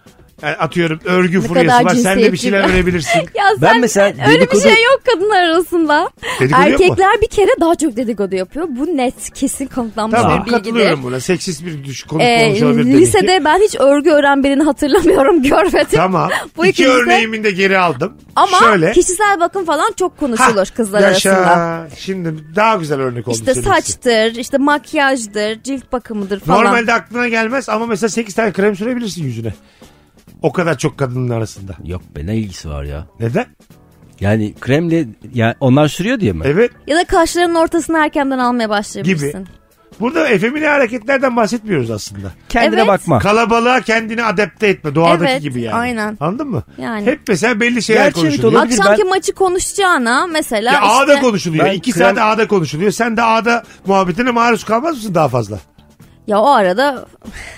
[SPEAKER 3] Yani atıyorum örgü
[SPEAKER 4] kadar
[SPEAKER 3] furyası var. Sen de bir
[SPEAKER 4] cinsiyetçi
[SPEAKER 3] şeyler
[SPEAKER 4] bir-
[SPEAKER 3] örebilirsin.
[SPEAKER 4] ya
[SPEAKER 5] Ben
[SPEAKER 4] sen
[SPEAKER 5] mesela
[SPEAKER 4] öyle
[SPEAKER 5] dedikodu-
[SPEAKER 4] bir şey yok kadınlar arasında.
[SPEAKER 3] Dedikodu yok mu?
[SPEAKER 4] Erkekler bir kere daha çok dedikodu yapıyor. Bu net kesin kanıtlanmış
[SPEAKER 3] Tamam
[SPEAKER 4] bir bilgidir.
[SPEAKER 3] katılıyorum buna. Seksist bir düş konu
[SPEAKER 4] Ee,
[SPEAKER 3] olmuş olabilir demek ki.
[SPEAKER 4] lisede ben hiç örgü öğren birini hatırlamıyorum görmedim.
[SPEAKER 3] Tamam.
[SPEAKER 4] Bu
[SPEAKER 3] İki
[SPEAKER 4] ikimiz de-
[SPEAKER 3] örneğimi de geri aldım.
[SPEAKER 4] Ama
[SPEAKER 3] Şöyle.
[SPEAKER 4] kişisel bakım falan çok
[SPEAKER 3] Ha,
[SPEAKER 4] konuşulur kızlar
[SPEAKER 3] yaşa.
[SPEAKER 4] arasında.
[SPEAKER 3] Şimdi daha güzel örnek oldu.
[SPEAKER 4] İşte
[SPEAKER 3] senin için.
[SPEAKER 4] saçtır, işte makyajdır, cilt bakımıdır falan.
[SPEAKER 3] Normalde aklına gelmez ama mesela 8 tane krem sürebilirsin yüzüne. O kadar çok kadının arasında.
[SPEAKER 5] Yok be ne ilgisi var ya.
[SPEAKER 3] Neden?
[SPEAKER 5] Yani kremle yani onlar sürüyor diye mi?
[SPEAKER 3] Evet.
[SPEAKER 4] Ya da kaşlarının ortasını erkenden almaya başlayabilirsin.
[SPEAKER 3] Gibi. Burada efemine hareketlerden bahsetmiyoruz aslında.
[SPEAKER 5] Kendine
[SPEAKER 4] Evet.
[SPEAKER 5] bakma.
[SPEAKER 3] Kalabalığa kendini adapte etme. Doğadaki
[SPEAKER 4] Ah. Evet,
[SPEAKER 3] gibi yani.
[SPEAKER 4] aynen.
[SPEAKER 3] Anladın mı?
[SPEAKER 4] Yani.
[SPEAKER 3] Hep mesela belli şeyler
[SPEAKER 5] Gerçi evet
[SPEAKER 3] konuşuluyor.
[SPEAKER 5] olabilir.
[SPEAKER 4] Akşamki
[SPEAKER 5] ben-
[SPEAKER 4] maçı konuşacağına mesela
[SPEAKER 3] Ya
[SPEAKER 4] işte...
[SPEAKER 3] ağda konuşuluyor.
[SPEAKER 5] Ben
[SPEAKER 3] 2
[SPEAKER 5] krem-
[SPEAKER 3] saat ağda konuşuluyor. Sen de ağda muhabbetine maruz kalmaz mısın daha fazla?
[SPEAKER 4] Ya o arada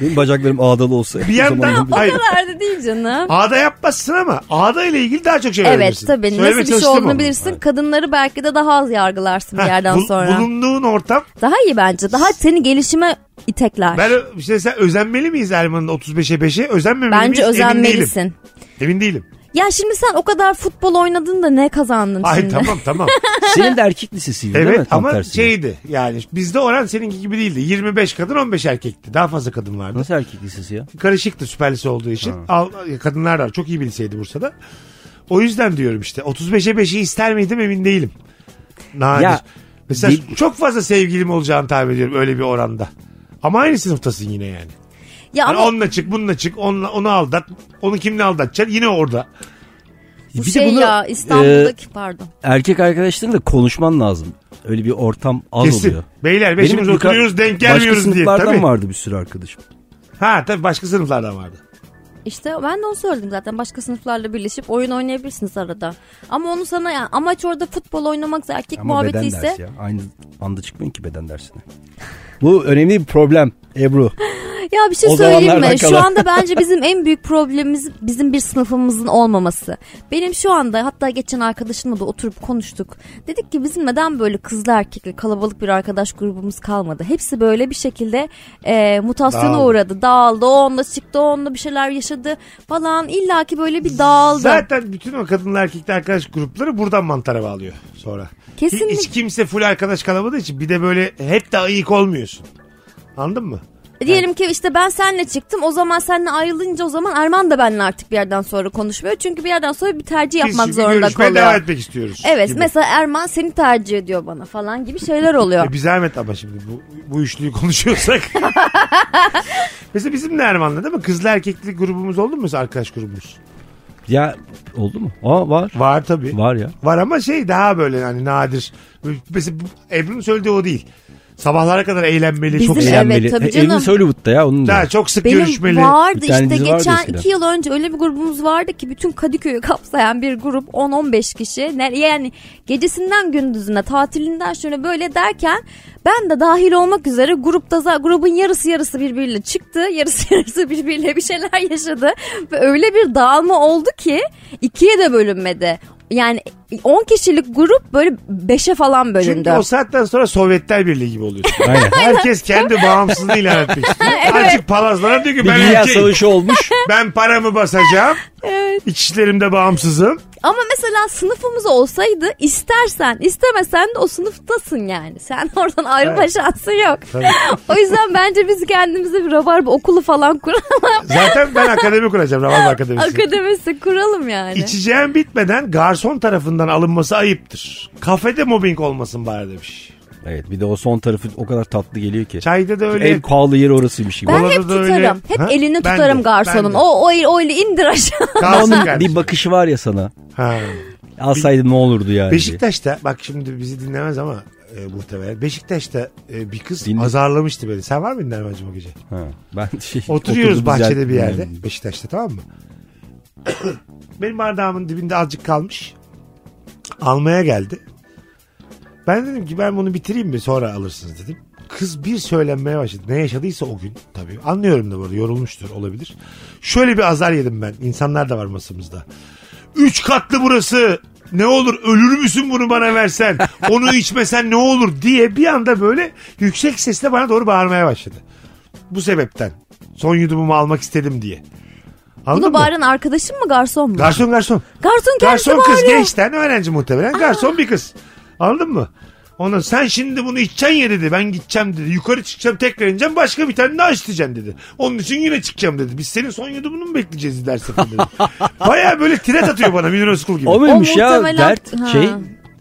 [SPEAKER 5] Benim bacaklarım ağdalı olsa.
[SPEAKER 3] Bir yandan...
[SPEAKER 4] o
[SPEAKER 3] Hayır.
[SPEAKER 4] kadar da değil canım.
[SPEAKER 3] Ağda yapmazsın ama ağda ile ilgili daha çok şey
[SPEAKER 4] Evet
[SPEAKER 3] öğrenirsin.
[SPEAKER 4] tabii
[SPEAKER 3] Söylemeye
[SPEAKER 4] nasıl bir şey
[SPEAKER 3] çalıştım
[SPEAKER 4] olduğunu
[SPEAKER 3] onu.
[SPEAKER 4] bilirsin. Kadınları belki de daha az yargılarsın bir
[SPEAKER 3] Ha,
[SPEAKER 4] yerden
[SPEAKER 3] bul-
[SPEAKER 4] sonra.
[SPEAKER 3] Bulunduğun ortam.
[SPEAKER 4] Daha iyi bence. Daha seni gelişime itekler.
[SPEAKER 3] Ben işte sen özenmeli miyiz Erman'ın 35'e 5'e? Özenmemeli
[SPEAKER 4] Bence
[SPEAKER 3] miyiz? Emin değilim.
[SPEAKER 4] özenmelisin.
[SPEAKER 3] Emin değilim.
[SPEAKER 4] Ya şimdi sen o kadar futbol oynadın da ne kazandın
[SPEAKER 3] Ay
[SPEAKER 4] şimdi?
[SPEAKER 3] tamam tamam.
[SPEAKER 5] Senin de erkek lisesiydi değil mi?
[SPEAKER 3] evet
[SPEAKER 5] Tam
[SPEAKER 3] ama şey-
[SPEAKER 5] tersi.
[SPEAKER 3] şeydi yani bizde oran seninki gibi değildi. 25 kadın 15 erkekti. Daha fazla kadın vardı.
[SPEAKER 5] Nasıl erkek lisesi ya?
[SPEAKER 3] Karışıktı süper lise olduğu için. Al, kadınlar da var. Çok iyi bir liseydi Bursa'da. O yüzden diyorum işte 35'e 5'i ister miydim emin değilim. Nadir.
[SPEAKER 5] Ya,
[SPEAKER 3] Mesela
[SPEAKER 5] bil-
[SPEAKER 3] çok fazla sevgilim olacağını tahmin ediyorum öyle bir oranda. Ama aynı sınıftasın yine yani.
[SPEAKER 4] Ya
[SPEAKER 3] Yani
[SPEAKER 4] ama
[SPEAKER 3] onunla çık, bununla çık, onunla, onu aldat, onu kimle aldatacaksın yine orada.
[SPEAKER 4] bu
[SPEAKER 5] Bir de
[SPEAKER 4] şey
[SPEAKER 5] bunu, e,
[SPEAKER 4] ya
[SPEAKER 3] Ee,
[SPEAKER 4] İstanbul'daki pardon.
[SPEAKER 5] Erkek arkadaşlarınla konuşman lazım. Öyle bir ortam az
[SPEAKER 3] Kesin.
[SPEAKER 5] oluyor.
[SPEAKER 3] Beyler beşimiz
[SPEAKER 5] birka-
[SPEAKER 3] oturuyoruz denk gelmiyoruz
[SPEAKER 5] Başka
[SPEAKER 3] diye.
[SPEAKER 5] sınıflardan
[SPEAKER 3] Tabii.
[SPEAKER 5] vardı bir sürü arkadaşım.
[SPEAKER 3] Ha tabii başka sınıflardan vardı.
[SPEAKER 4] İşte ben de onu söyledim zaten. Başka sınıflarla birleşip oyun oynayabilirsiniz arada. Ama onu sana yani amaç orada futbol oynamaksa erkek
[SPEAKER 5] Ama beden
[SPEAKER 4] muhabbeti ise
[SPEAKER 5] dersi ya. Aynı anda çıkmayın ki beden dersine. Bu önemli bir problem Ebru.
[SPEAKER 4] Ya bir şey
[SPEAKER 5] O
[SPEAKER 4] söyleyeyim
[SPEAKER 5] zamanlardan
[SPEAKER 4] mi? Şu
[SPEAKER 5] kalan.
[SPEAKER 4] anda bence bizim en büyük problemimiz bizim bir sınıfımızın olmaması. Benim şu anda hatta geçen arkadaşımla da oturup konuştuk. Dedik ki bizim neden böyle kızlı erkekli kalabalık bir arkadaş grubumuz kalmadı. Hepsi böyle bir şekilde e, mutasyona
[SPEAKER 3] Dağıldı.
[SPEAKER 4] uğradı. Dağıldı. O onunla çıktı. O onunla bir şeyler yaşadı falan. İlla ki böyle bir dağıldı.
[SPEAKER 3] Zaten bütün o kadınla erkekli arkadaş grupları buradan mantara bağlıyor sonra.
[SPEAKER 4] Kesinlikle.
[SPEAKER 3] Hiç kimse full arkadaş kalamadığı için bir de böyle hep de ayık olmuyorsun. Anladın mı?
[SPEAKER 4] Diyelim ki işte ben senle çıktım. O zaman senle ayrılınca o zaman Erman da benimle artık bir yerden sonra konuşmuyor. Çünkü bir yerden sonra bir tercih yapmak
[SPEAKER 3] Biz şimdi
[SPEAKER 4] zorunda
[SPEAKER 3] görüşmeye
[SPEAKER 4] kalıyor.
[SPEAKER 3] devam etmek istiyoruz.
[SPEAKER 4] Evet
[SPEAKER 3] gibi.
[SPEAKER 4] mesela Erman seni tercih ediyor bana falan gibi şeyler oluyor.
[SPEAKER 3] E bir zahmet ama şimdi bu, bu üçlüyü konuşuyorsak. mesela bizim de Erman'la değil mi? Kızlı erkekli grubumuz oldu mu mesela arkadaş grubumuz?
[SPEAKER 5] ya oldu mu? Aa var.
[SPEAKER 3] Var tabii.
[SPEAKER 5] Var ya.
[SPEAKER 3] Var ama şey daha böyle hani nadir. Mesela bu- Ebru'nun söylediği o değil. Sabahlara kadar eğlenmeli.
[SPEAKER 4] Bizim
[SPEAKER 3] çok
[SPEAKER 4] Evet,
[SPEAKER 3] eğlenmeli.
[SPEAKER 4] tabii
[SPEAKER 5] E,
[SPEAKER 4] canım.
[SPEAKER 5] Evimiz Hollywood'da ya onun da.
[SPEAKER 3] Ha, çok sık
[SPEAKER 4] Benim
[SPEAKER 3] görüşmeli.
[SPEAKER 4] vardı
[SPEAKER 5] Bir tane
[SPEAKER 4] işte
[SPEAKER 5] dizi vardı
[SPEAKER 4] geçen
[SPEAKER 5] eskiden.
[SPEAKER 4] iki yıl önce öyle bir grubumuz vardı ki bütün Kadıköy'ü kapsayan bir grup 10-15 kişi. Ne- Yani gecesinden gündüzüne tatilinden şöyle böyle derken ben de dahil olmak üzere grupta za- grubun yarısı yarısı birbiriyle çıktı. Yarısı yarısı birbiriyle bir şeyler yaşadı. Ve öyle bir dağılma oldu ki ikiye de bölünmedi. Yani 10 kişilik grup böyle 5'e falan bölündü.
[SPEAKER 3] Çünkü o saatten sonra Sovyetler Birliği gibi oluyorsun.
[SPEAKER 5] Aynen.
[SPEAKER 3] Herkes kendi bağımsızlığını ilan etmek istiyor. Azıcık palazlara diyor ki
[SPEAKER 5] Bir
[SPEAKER 3] ben
[SPEAKER 5] dünya
[SPEAKER 3] erkeğim.
[SPEAKER 5] savaşı olmuş.
[SPEAKER 3] Ben paramı basacağım. İçişlerimde bağımsızım.
[SPEAKER 4] Ama mesela sınıfımız olsaydı istersen istemesen de o sınıftasın yani. Sen oradan ayrılma şansın yok. o yüzden bence biz kendimize bir rabarba okulu falan kuralım.
[SPEAKER 3] Zaten ben akademi kuracağım. Rabarba Akademisi.
[SPEAKER 4] Akademisi kuralım yani.
[SPEAKER 3] İçeceğim bitmeden garson tarafından alınması ayıptır. Kafede mobbing olmasın bari demiş.
[SPEAKER 5] Evet bir de o son tarafı o kadar tatlı geliyor ki.
[SPEAKER 3] Çayda da öyle.
[SPEAKER 5] En pahalı yer orasıymış gibi.
[SPEAKER 4] ben
[SPEAKER 3] Orada
[SPEAKER 4] hep
[SPEAKER 3] da
[SPEAKER 4] tutarım.
[SPEAKER 3] öyle.
[SPEAKER 4] Hep
[SPEAKER 3] Ha?
[SPEAKER 4] elini
[SPEAKER 3] Ben
[SPEAKER 4] tutarım
[SPEAKER 3] de, ben
[SPEAKER 4] garsonun.
[SPEAKER 3] de.
[SPEAKER 4] O, o, el- o eli indir aşağı.
[SPEAKER 3] kalsın
[SPEAKER 5] Onun
[SPEAKER 3] kardeşim.
[SPEAKER 5] bir bakışı var ya sana.
[SPEAKER 3] Ha.
[SPEAKER 5] Alsaydın ne olurdu yani.
[SPEAKER 3] Beşiktaş'ta bak şimdi bizi dinlemez ama e, muhtemelen. Beşiktaş'ta e, bir kız
[SPEAKER 5] Dinle.
[SPEAKER 3] azarlamıştı beni. Sen var mıydın Erman'cığım o gece?
[SPEAKER 5] Ha, ben şey,
[SPEAKER 3] Oturuyoruz
[SPEAKER 5] oturduğumuz
[SPEAKER 3] bahçede
[SPEAKER 5] yer-
[SPEAKER 3] bir yerde.
[SPEAKER 5] Yani
[SPEAKER 3] Beşiktaş'ta tamam mı? Hmm. Benim bardağımın dibinde azıcık kalmış. Almaya geldi. Ben dedim ki ben bunu bitireyim mi sonra alırsınız dedim. Kız bir söylenmeye başladı. Ne yaşadıysa o gün tabii. Anlıyorum da bu arada yorulmuştur olabilir. Şöyle bir azar yedim ben. İnsanlar da var masamızda. Üç katlı burası. Ne olur ölür müsün bunu bana versen? Onu içmesen ne olur diye bir anda böyle yüksek sesle bana doğru bağırmaya başladı. Bu sebepten. Son yudumumu almak istedim diye. Anladın
[SPEAKER 4] Bunu
[SPEAKER 3] mı?
[SPEAKER 4] bağıran arkadaşın mı garson mu?
[SPEAKER 3] Garson garson.
[SPEAKER 4] garson kendisi
[SPEAKER 3] Garson kız
[SPEAKER 4] bağırıyor.
[SPEAKER 3] gençten öğrenci muhtemelen. Garson bir kız. Anladın mı? Ondan sen şimdi bunu içeceksin ya dedi. Ben gideceğim dedi. Yukarı çıkacağım tekrar ineceğim. Başka bir tane daha içeceğim dedi. Onun için yine çıkacağım dedi. Biz senin son yudumunu mu bekleyeceğiz der sefer dedi. Baya böyle tiret atıyor bana Mineral School gibi.
[SPEAKER 5] O muymuş ya
[SPEAKER 4] muhtemelen-
[SPEAKER 5] dert
[SPEAKER 4] Ha.
[SPEAKER 5] şey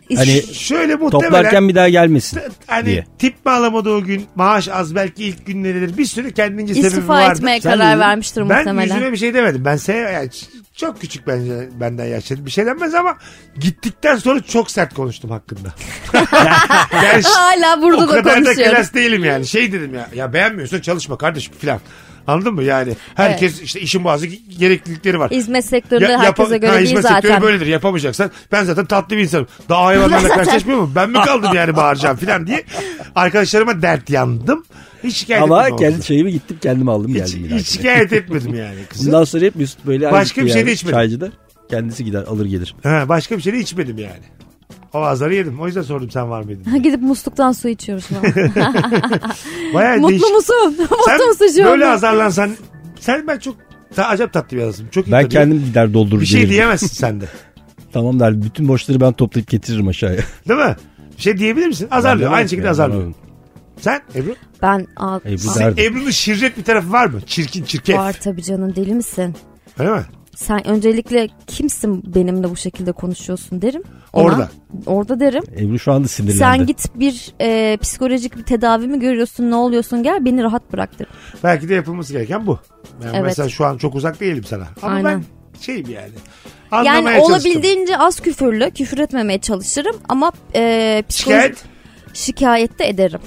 [SPEAKER 4] İş-
[SPEAKER 5] hani
[SPEAKER 3] Şöyle muhtemelen
[SPEAKER 5] toplarken bir daha gelmesin
[SPEAKER 3] hani
[SPEAKER 5] diye.
[SPEAKER 3] tip mi alamadı o gün maaş az belki ilk günleridir bir sürü kendince sebebi
[SPEAKER 4] İstifa
[SPEAKER 3] vardır.
[SPEAKER 4] etmeye
[SPEAKER 5] Sen
[SPEAKER 4] karar
[SPEAKER 5] dedin.
[SPEAKER 4] vermiştir
[SPEAKER 3] ben
[SPEAKER 4] muhtemelen.
[SPEAKER 3] yüzüne bir şey demedim. Ben se yani ç- çok küçük bence benden yaşlı bir şey denmez ama gittikten sonra çok sert konuştum hakkında. yani ş-
[SPEAKER 4] Hala
[SPEAKER 3] o
[SPEAKER 4] burada da
[SPEAKER 3] kadar da
[SPEAKER 4] konuşuyoruz.
[SPEAKER 3] klas değilim yani. Şey dedim ya ya beğenmiyorsan çalışma kardeşim filan. Anladın mı yani? Herkes işte işin bazı gereklilikleri var.
[SPEAKER 4] Hizmet sektöründe
[SPEAKER 3] Ya-
[SPEAKER 4] herkese
[SPEAKER 3] yapa-
[SPEAKER 4] göre
[SPEAKER 3] Ha,
[SPEAKER 4] değil
[SPEAKER 3] hizmet
[SPEAKER 4] zaten.
[SPEAKER 3] sektörü böyledir yapamayacaksan. Ben zaten tatlı bir insanım. Daha hayvanlarla karşılaşmıyor mu? Ben mi kaldım yani bağıracağım falan diye. Arkadaşlarıma dert yandım. Hiç şikayet
[SPEAKER 5] Ama
[SPEAKER 3] etmedim
[SPEAKER 5] kendi
[SPEAKER 3] oldu.
[SPEAKER 5] şeyimi gittim kendimi aldım
[SPEAKER 3] hiç,
[SPEAKER 5] geldim. bir
[SPEAKER 3] hiç
[SPEAKER 5] dahakine.
[SPEAKER 3] şikayet etmedim yani kızım.
[SPEAKER 5] Bundan sonra hep Mesut böyle
[SPEAKER 3] Başka
[SPEAKER 5] ayrıca
[SPEAKER 3] bir şey de
[SPEAKER 5] yerde,
[SPEAKER 3] içmedim.
[SPEAKER 5] Çaycıda kendisi gider alır gelir.
[SPEAKER 3] Ha, başka bir şey de içmedim yani. O azarı yedim. O yüzden sordum sen var mıydın?
[SPEAKER 4] Ha, Gidip musluktan su içiyoruz falan.
[SPEAKER 3] Bayağı
[SPEAKER 4] Mutlu
[SPEAKER 3] değişik.
[SPEAKER 4] musun?
[SPEAKER 3] Sen
[SPEAKER 4] Mutlu musun şu
[SPEAKER 3] böyle
[SPEAKER 4] anda?
[SPEAKER 3] azarlansan sen ben çok ta, acayip tatlı bir adamsın. Çok iyi
[SPEAKER 5] Ben
[SPEAKER 3] tabii.
[SPEAKER 5] kendim gider doldurur
[SPEAKER 3] bir şey
[SPEAKER 5] gelirim.
[SPEAKER 3] diyemezsin sen de.
[SPEAKER 5] Tamam der bütün borçları ben toplayıp getiririm aşağıya.
[SPEAKER 3] Değil mi? Bir şey diyebilir misin? Azarlıyor. Aynı şekilde azarlıyor. Sen Ebru?
[SPEAKER 4] Ben aa,
[SPEAKER 5] Ey, bu
[SPEAKER 4] aa,
[SPEAKER 5] derdim.
[SPEAKER 3] Ebru'nun şirret bir tarafı var mı? Çirkin çirkef.
[SPEAKER 4] var tabii canım deli misin?
[SPEAKER 3] Öyle mi?
[SPEAKER 4] Sen öncelikle kimsin benimle bu şekilde konuşuyorsun derim. Ona.
[SPEAKER 3] Orada.
[SPEAKER 4] Orada derim.
[SPEAKER 5] Ebru şu anda sinirlendi.
[SPEAKER 4] Sen git bir e, psikolojik bir tedavi mi görüyorsun ne oluyorsun gel beni rahat bırak derim.
[SPEAKER 3] Belki de yapılması gereken bu. Ben
[SPEAKER 4] Evet.
[SPEAKER 3] mesela şu an çok uzak değilim sana. Ama
[SPEAKER 4] Aynen.
[SPEAKER 3] ben şeyim yani.
[SPEAKER 4] Yani
[SPEAKER 3] Anlamaya çalıştım.
[SPEAKER 4] olabildiğince az küfürlü küfür etmemeye çalışırım ama e, psikolojik
[SPEAKER 3] Şikayet.
[SPEAKER 4] şikayet de ederim.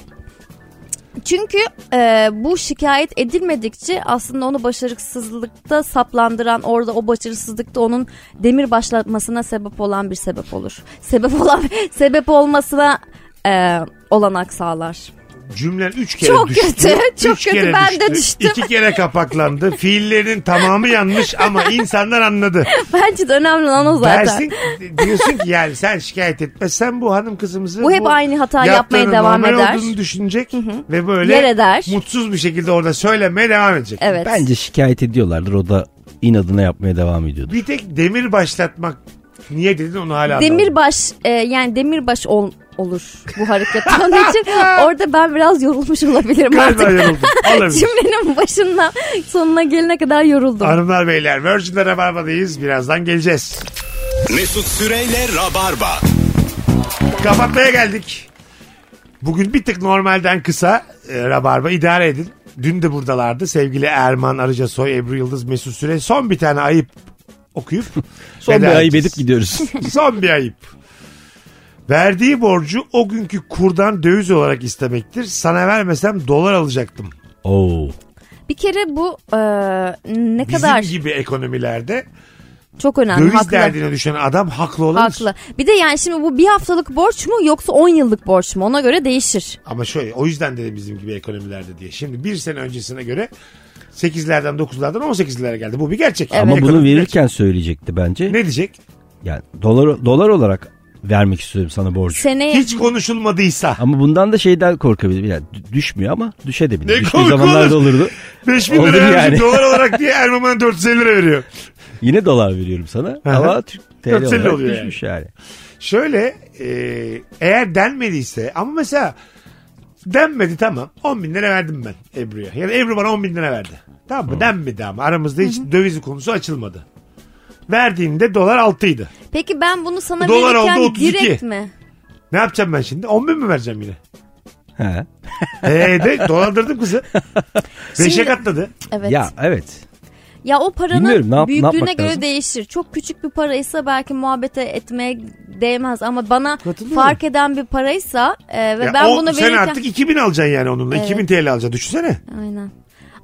[SPEAKER 4] Çünkü e, bu şikayet edilmedikçe aslında onu başarısızlıkta saplandıran orada o başarısızlıkta onun demir başlatmasına sebep olan bir sebep olur. Sebep olan sebep olmasına e, olanak sağlar.
[SPEAKER 3] Cümlen 3 kere
[SPEAKER 4] Çok
[SPEAKER 3] düştü.
[SPEAKER 4] kötü, çok
[SPEAKER 3] Üç
[SPEAKER 4] kötü.
[SPEAKER 3] kere
[SPEAKER 4] Ben de düştüm.
[SPEAKER 3] İki kere kapaklandı. Fiillerinin tamamı yanlış ama insanlar anladı.
[SPEAKER 4] Bence de önemli olan o zaten.
[SPEAKER 3] Dersin, diyorsun ki yani sen şikayet etmezsen bu hanım kızımızı
[SPEAKER 4] Bu hep aynı hata yapmaya
[SPEAKER 3] yaptığının
[SPEAKER 4] devam
[SPEAKER 3] normal
[SPEAKER 4] eder.
[SPEAKER 3] olduğunu düşünecek ve böyle
[SPEAKER 4] Yer eder.
[SPEAKER 3] mutsuz bir şekilde orada söylemeye devam edecek.
[SPEAKER 4] Evet.
[SPEAKER 5] Bence şikayet ediyorlardır o da inadına yapmaya devam ediyordu.
[SPEAKER 3] Bir tek demir başlatmak niye dedin onu hala anlamadım.
[SPEAKER 4] Demirbaş e, yani demirbaş ol, olur bu hareket onun için. Orada ben biraz yorulmuş olabilirim
[SPEAKER 3] Galiba
[SPEAKER 4] artık.
[SPEAKER 3] yoruldum. Olabilir.
[SPEAKER 4] Cümlenin başından sonuna gelene kadar yoruldum.
[SPEAKER 3] Hanımlar beyler Virgin'de Rabarba'dayız. Birazdan geleceğiz.
[SPEAKER 2] Mesut Süreyle Rabarba.
[SPEAKER 3] Kapatmaya geldik. Bugün bir tık normalden kısa e, Rabarba idare edin. Dün de buradalardı sevgili Erman Arıcasoy, Ebru Yıldız, Mesut Süre. Son bir tane ayıp okuyup
[SPEAKER 5] Son bir
[SPEAKER 3] veda
[SPEAKER 5] ayıp
[SPEAKER 3] edeceğiz.
[SPEAKER 5] edip gidiyoruz.
[SPEAKER 3] Son bir ayıp. Verdiği borcu o günkü kurdan döviz olarak istemektir. Sana vermesem dolar alacaktım.
[SPEAKER 5] Oo.
[SPEAKER 4] Bir kere bu e, ne
[SPEAKER 3] Bizim
[SPEAKER 4] kadar
[SPEAKER 3] gibi ekonomilerde
[SPEAKER 4] çok önemli.
[SPEAKER 3] döviz
[SPEAKER 4] haklı.
[SPEAKER 3] derdine düşen adam haklı olabilir.
[SPEAKER 4] Haklı. Bir de yani şimdi bu bir haftalık borç mu yoksa 10 yıllık borç mu ona göre değişir.
[SPEAKER 3] Ama şöyle o yüzden dedim bizim gibi ekonomilerde diye. Şimdi bir sene öncesine göre 8'lerden 9'lardan 18'lere geldi. Bu bir gerçek.
[SPEAKER 5] Ama
[SPEAKER 3] Ekonomik
[SPEAKER 5] bunu
[SPEAKER 3] gerçek.
[SPEAKER 5] verirken söyleyecekti bence.
[SPEAKER 3] Ne diyecek?
[SPEAKER 5] Yani dolar dolar olarak vermek istiyorum sana borcu.
[SPEAKER 4] Seneye
[SPEAKER 3] Hiç konuşulmadıysa.
[SPEAKER 5] Ama bundan da şeyden korkabilir. Yani dü- düşmüyor ama düşebilir.
[SPEAKER 3] Ne
[SPEAKER 5] Düştüğü
[SPEAKER 3] korku
[SPEAKER 5] zamanlarda
[SPEAKER 3] oğlum?
[SPEAKER 5] olurdu.
[SPEAKER 3] 5 bin
[SPEAKER 5] Olur
[SPEAKER 3] lira yani.
[SPEAKER 5] yani.
[SPEAKER 3] dolar olarak diye Erman bana 450 lira veriyor.
[SPEAKER 5] Yine dolar veriyorum sana
[SPEAKER 3] Aha.
[SPEAKER 5] ama Türk TL
[SPEAKER 3] Yok, TL
[SPEAKER 5] olarak
[SPEAKER 3] oluyor
[SPEAKER 5] düşmüş yani.
[SPEAKER 3] Şöyle e, eğer denmediyse ama mesela denmedi tamam 10 bin lira verdim ben Ebru'ya. Yani Ebru bana 10 bin lira verdi. Tamam mı? Denmedi ama aramızda hiç döviz konusu açılmadı. Verdiğimde dolar 6'ydı.
[SPEAKER 4] peki ben bunu sana
[SPEAKER 3] Dolar
[SPEAKER 4] verirken
[SPEAKER 3] oldu 32.
[SPEAKER 4] direkt mi?
[SPEAKER 3] Ne yapacağım ben şimdi? 10 bin mi vereceğim yine?
[SPEAKER 5] He.
[SPEAKER 3] Eee de dolandırdım kızı. Beşe
[SPEAKER 4] Şimdi-
[SPEAKER 3] katladı.
[SPEAKER 4] Evet.
[SPEAKER 5] Ya
[SPEAKER 4] Ya,
[SPEAKER 5] evet.
[SPEAKER 4] o
[SPEAKER 5] Bilmiyorum,
[SPEAKER 4] paranın
[SPEAKER 5] ne yap- ne
[SPEAKER 4] büyüklüğüne
[SPEAKER 5] yapmak
[SPEAKER 4] göre
[SPEAKER 5] lazım?
[SPEAKER 4] değişir. Çok küçük bir paraysa belki muhabbete etmeye değmez ama bana
[SPEAKER 3] Katılıyorum.
[SPEAKER 4] fark eden bir paraysa e, ve
[SPEAKER 3] Ya
[SPEAKER 4] ben
[SPEAKER 3] o-
[SPEAKER 4] bunu
[SPEAKER 3] sen
[SPEAKER 4] verirken
[SPEAKER 3] artık 2000 alacaksın yani onunla. 2000 TL alacaksın. Düşünsene.
[SPEAKER 4] Aynen.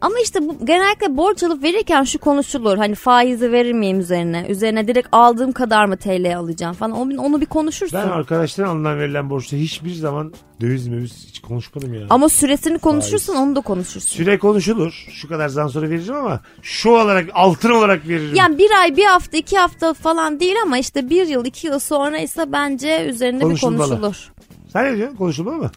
[SPEAKER 4] Ama işte bu genellikle borç alıp verirken şu konuşulur. Hani faizi verir miyim üzerine? Üzerine direkt aldığım kadar mı TL alacağım falan. Onu, onu bir konuşursun.
[SPEAKER 3] Ben arkadaşlara alınan verilen borçta hiçbir zaman döviz müviz hiç konuşmadım ya.
[SPEAKER 4] Ama süresini konuşursun onu da konuşursun.
[SPEAKER 3] Süre konuşulur. Şu kadar zaman sonra veririm ama şu olarak altın olarak veririm.
[SPEAKER 4] Yani bir ay, bir hafta, iki hafta falan değil ama işte bir yıl, iki yıl sonra ise bence üzerinde
[SPEAKER 3] Konuşulmalı.
[SPEAKER 4] bir konuşulur.
[SPEAKER 3] Sen ne diyorsun? Konuşulmalı mı?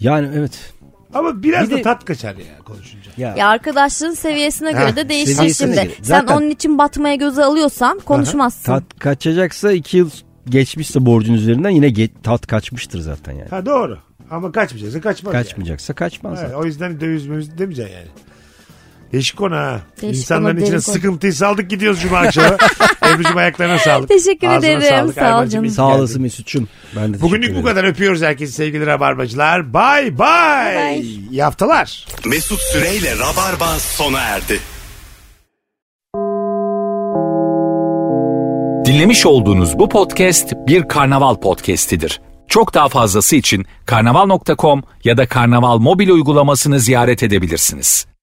[SPEAKER 5] Yani evet.
[SPEAKER 3] Ama biraz
[SPEAKER 5] Bir
[SPEAKER 3] da
[SPEAKER 5] de-
[SPEAKER 3] tat kaçar ya konuşunca.
[SPEAKER 5] Ya,
[SPEAKER 4] Ya arkadaşlığın seviyesine göre
[SPEAKER 3] Ha,
[SPEAKER 4] de değişir
[SPEAKER 5] seviyesine
[SPEAKER 4] şimdi.
[SPEAKER 5] göre.
[SPEAKER 4] Sen
[SPEAKER 5] Zaten-
[SPEAKER 4] onun için batmaya göze alıyorsan konuşmazsın.
[SPEAKER 5] tat kaçacaksa iki yıl geçmişse borcun üzerinden yine ge- tat kaçmıştır zaten yani.
[SPEAKER 3] Ha doğru. Ama kaçmayacaksın. Kaçmaz yani.
[SPEAKER 5] Kaçmayacaksa kaçmaz.
[SPEAKER 3] Evet,
[SPEAKER 5] zaten.
[SPEAKER 3] o yüzden döviz müviz demeyeceksin yani. Değişik konu ha.
[SPEAKER 4] Değişik
[SPEAKER 3] İnsanların
[SPEAKER 4] konu,
[SPEAKER 3] içine
[SPEAKER 4] derin konu.
[SPEAKER 3] sıkıntıyı saldık gidiyoruz cuma akşamı. Ebru'cum ayaklarına sağlık.
[SPEAKER 4] Teşekkür
[SPEAKER 3] Ağzına
[SPEAKER 4] ederim.
[SPEAKER 3] sağlık.
[SPEAKER 4] Sağ ol
[SPEAKER 3] Ayvancığım,
[SPEAKER 4] canım.
[SPEAKER 3] iyi ki
[SPEAKER 5] Sağ
[SPEAKER 3] geldin.
[SPEAKER 5] olasın Mesut'cum. Ben de teşekkür
[SPEAKER 3] Bugünlük bu
[SPEAKER 5] ederim.
[SPEAKER 3] kadar öpüyoruz herkesi sevgili rabarbacılar. Bay bay.
[SPEAKER 4] bay.
[SPEAKER 3] İyi haftalar.
[SPEAKER 2] Mesut Süreyle Rabarba sona erdi.
[SPEAKER 1] Dinlemiş olduğunuz bu podcast bir karnaval podcastidir. Çok daha fazlası için karnaval.com ya da karnaval mobil uygulamasını ziyaret edebilirsiniz.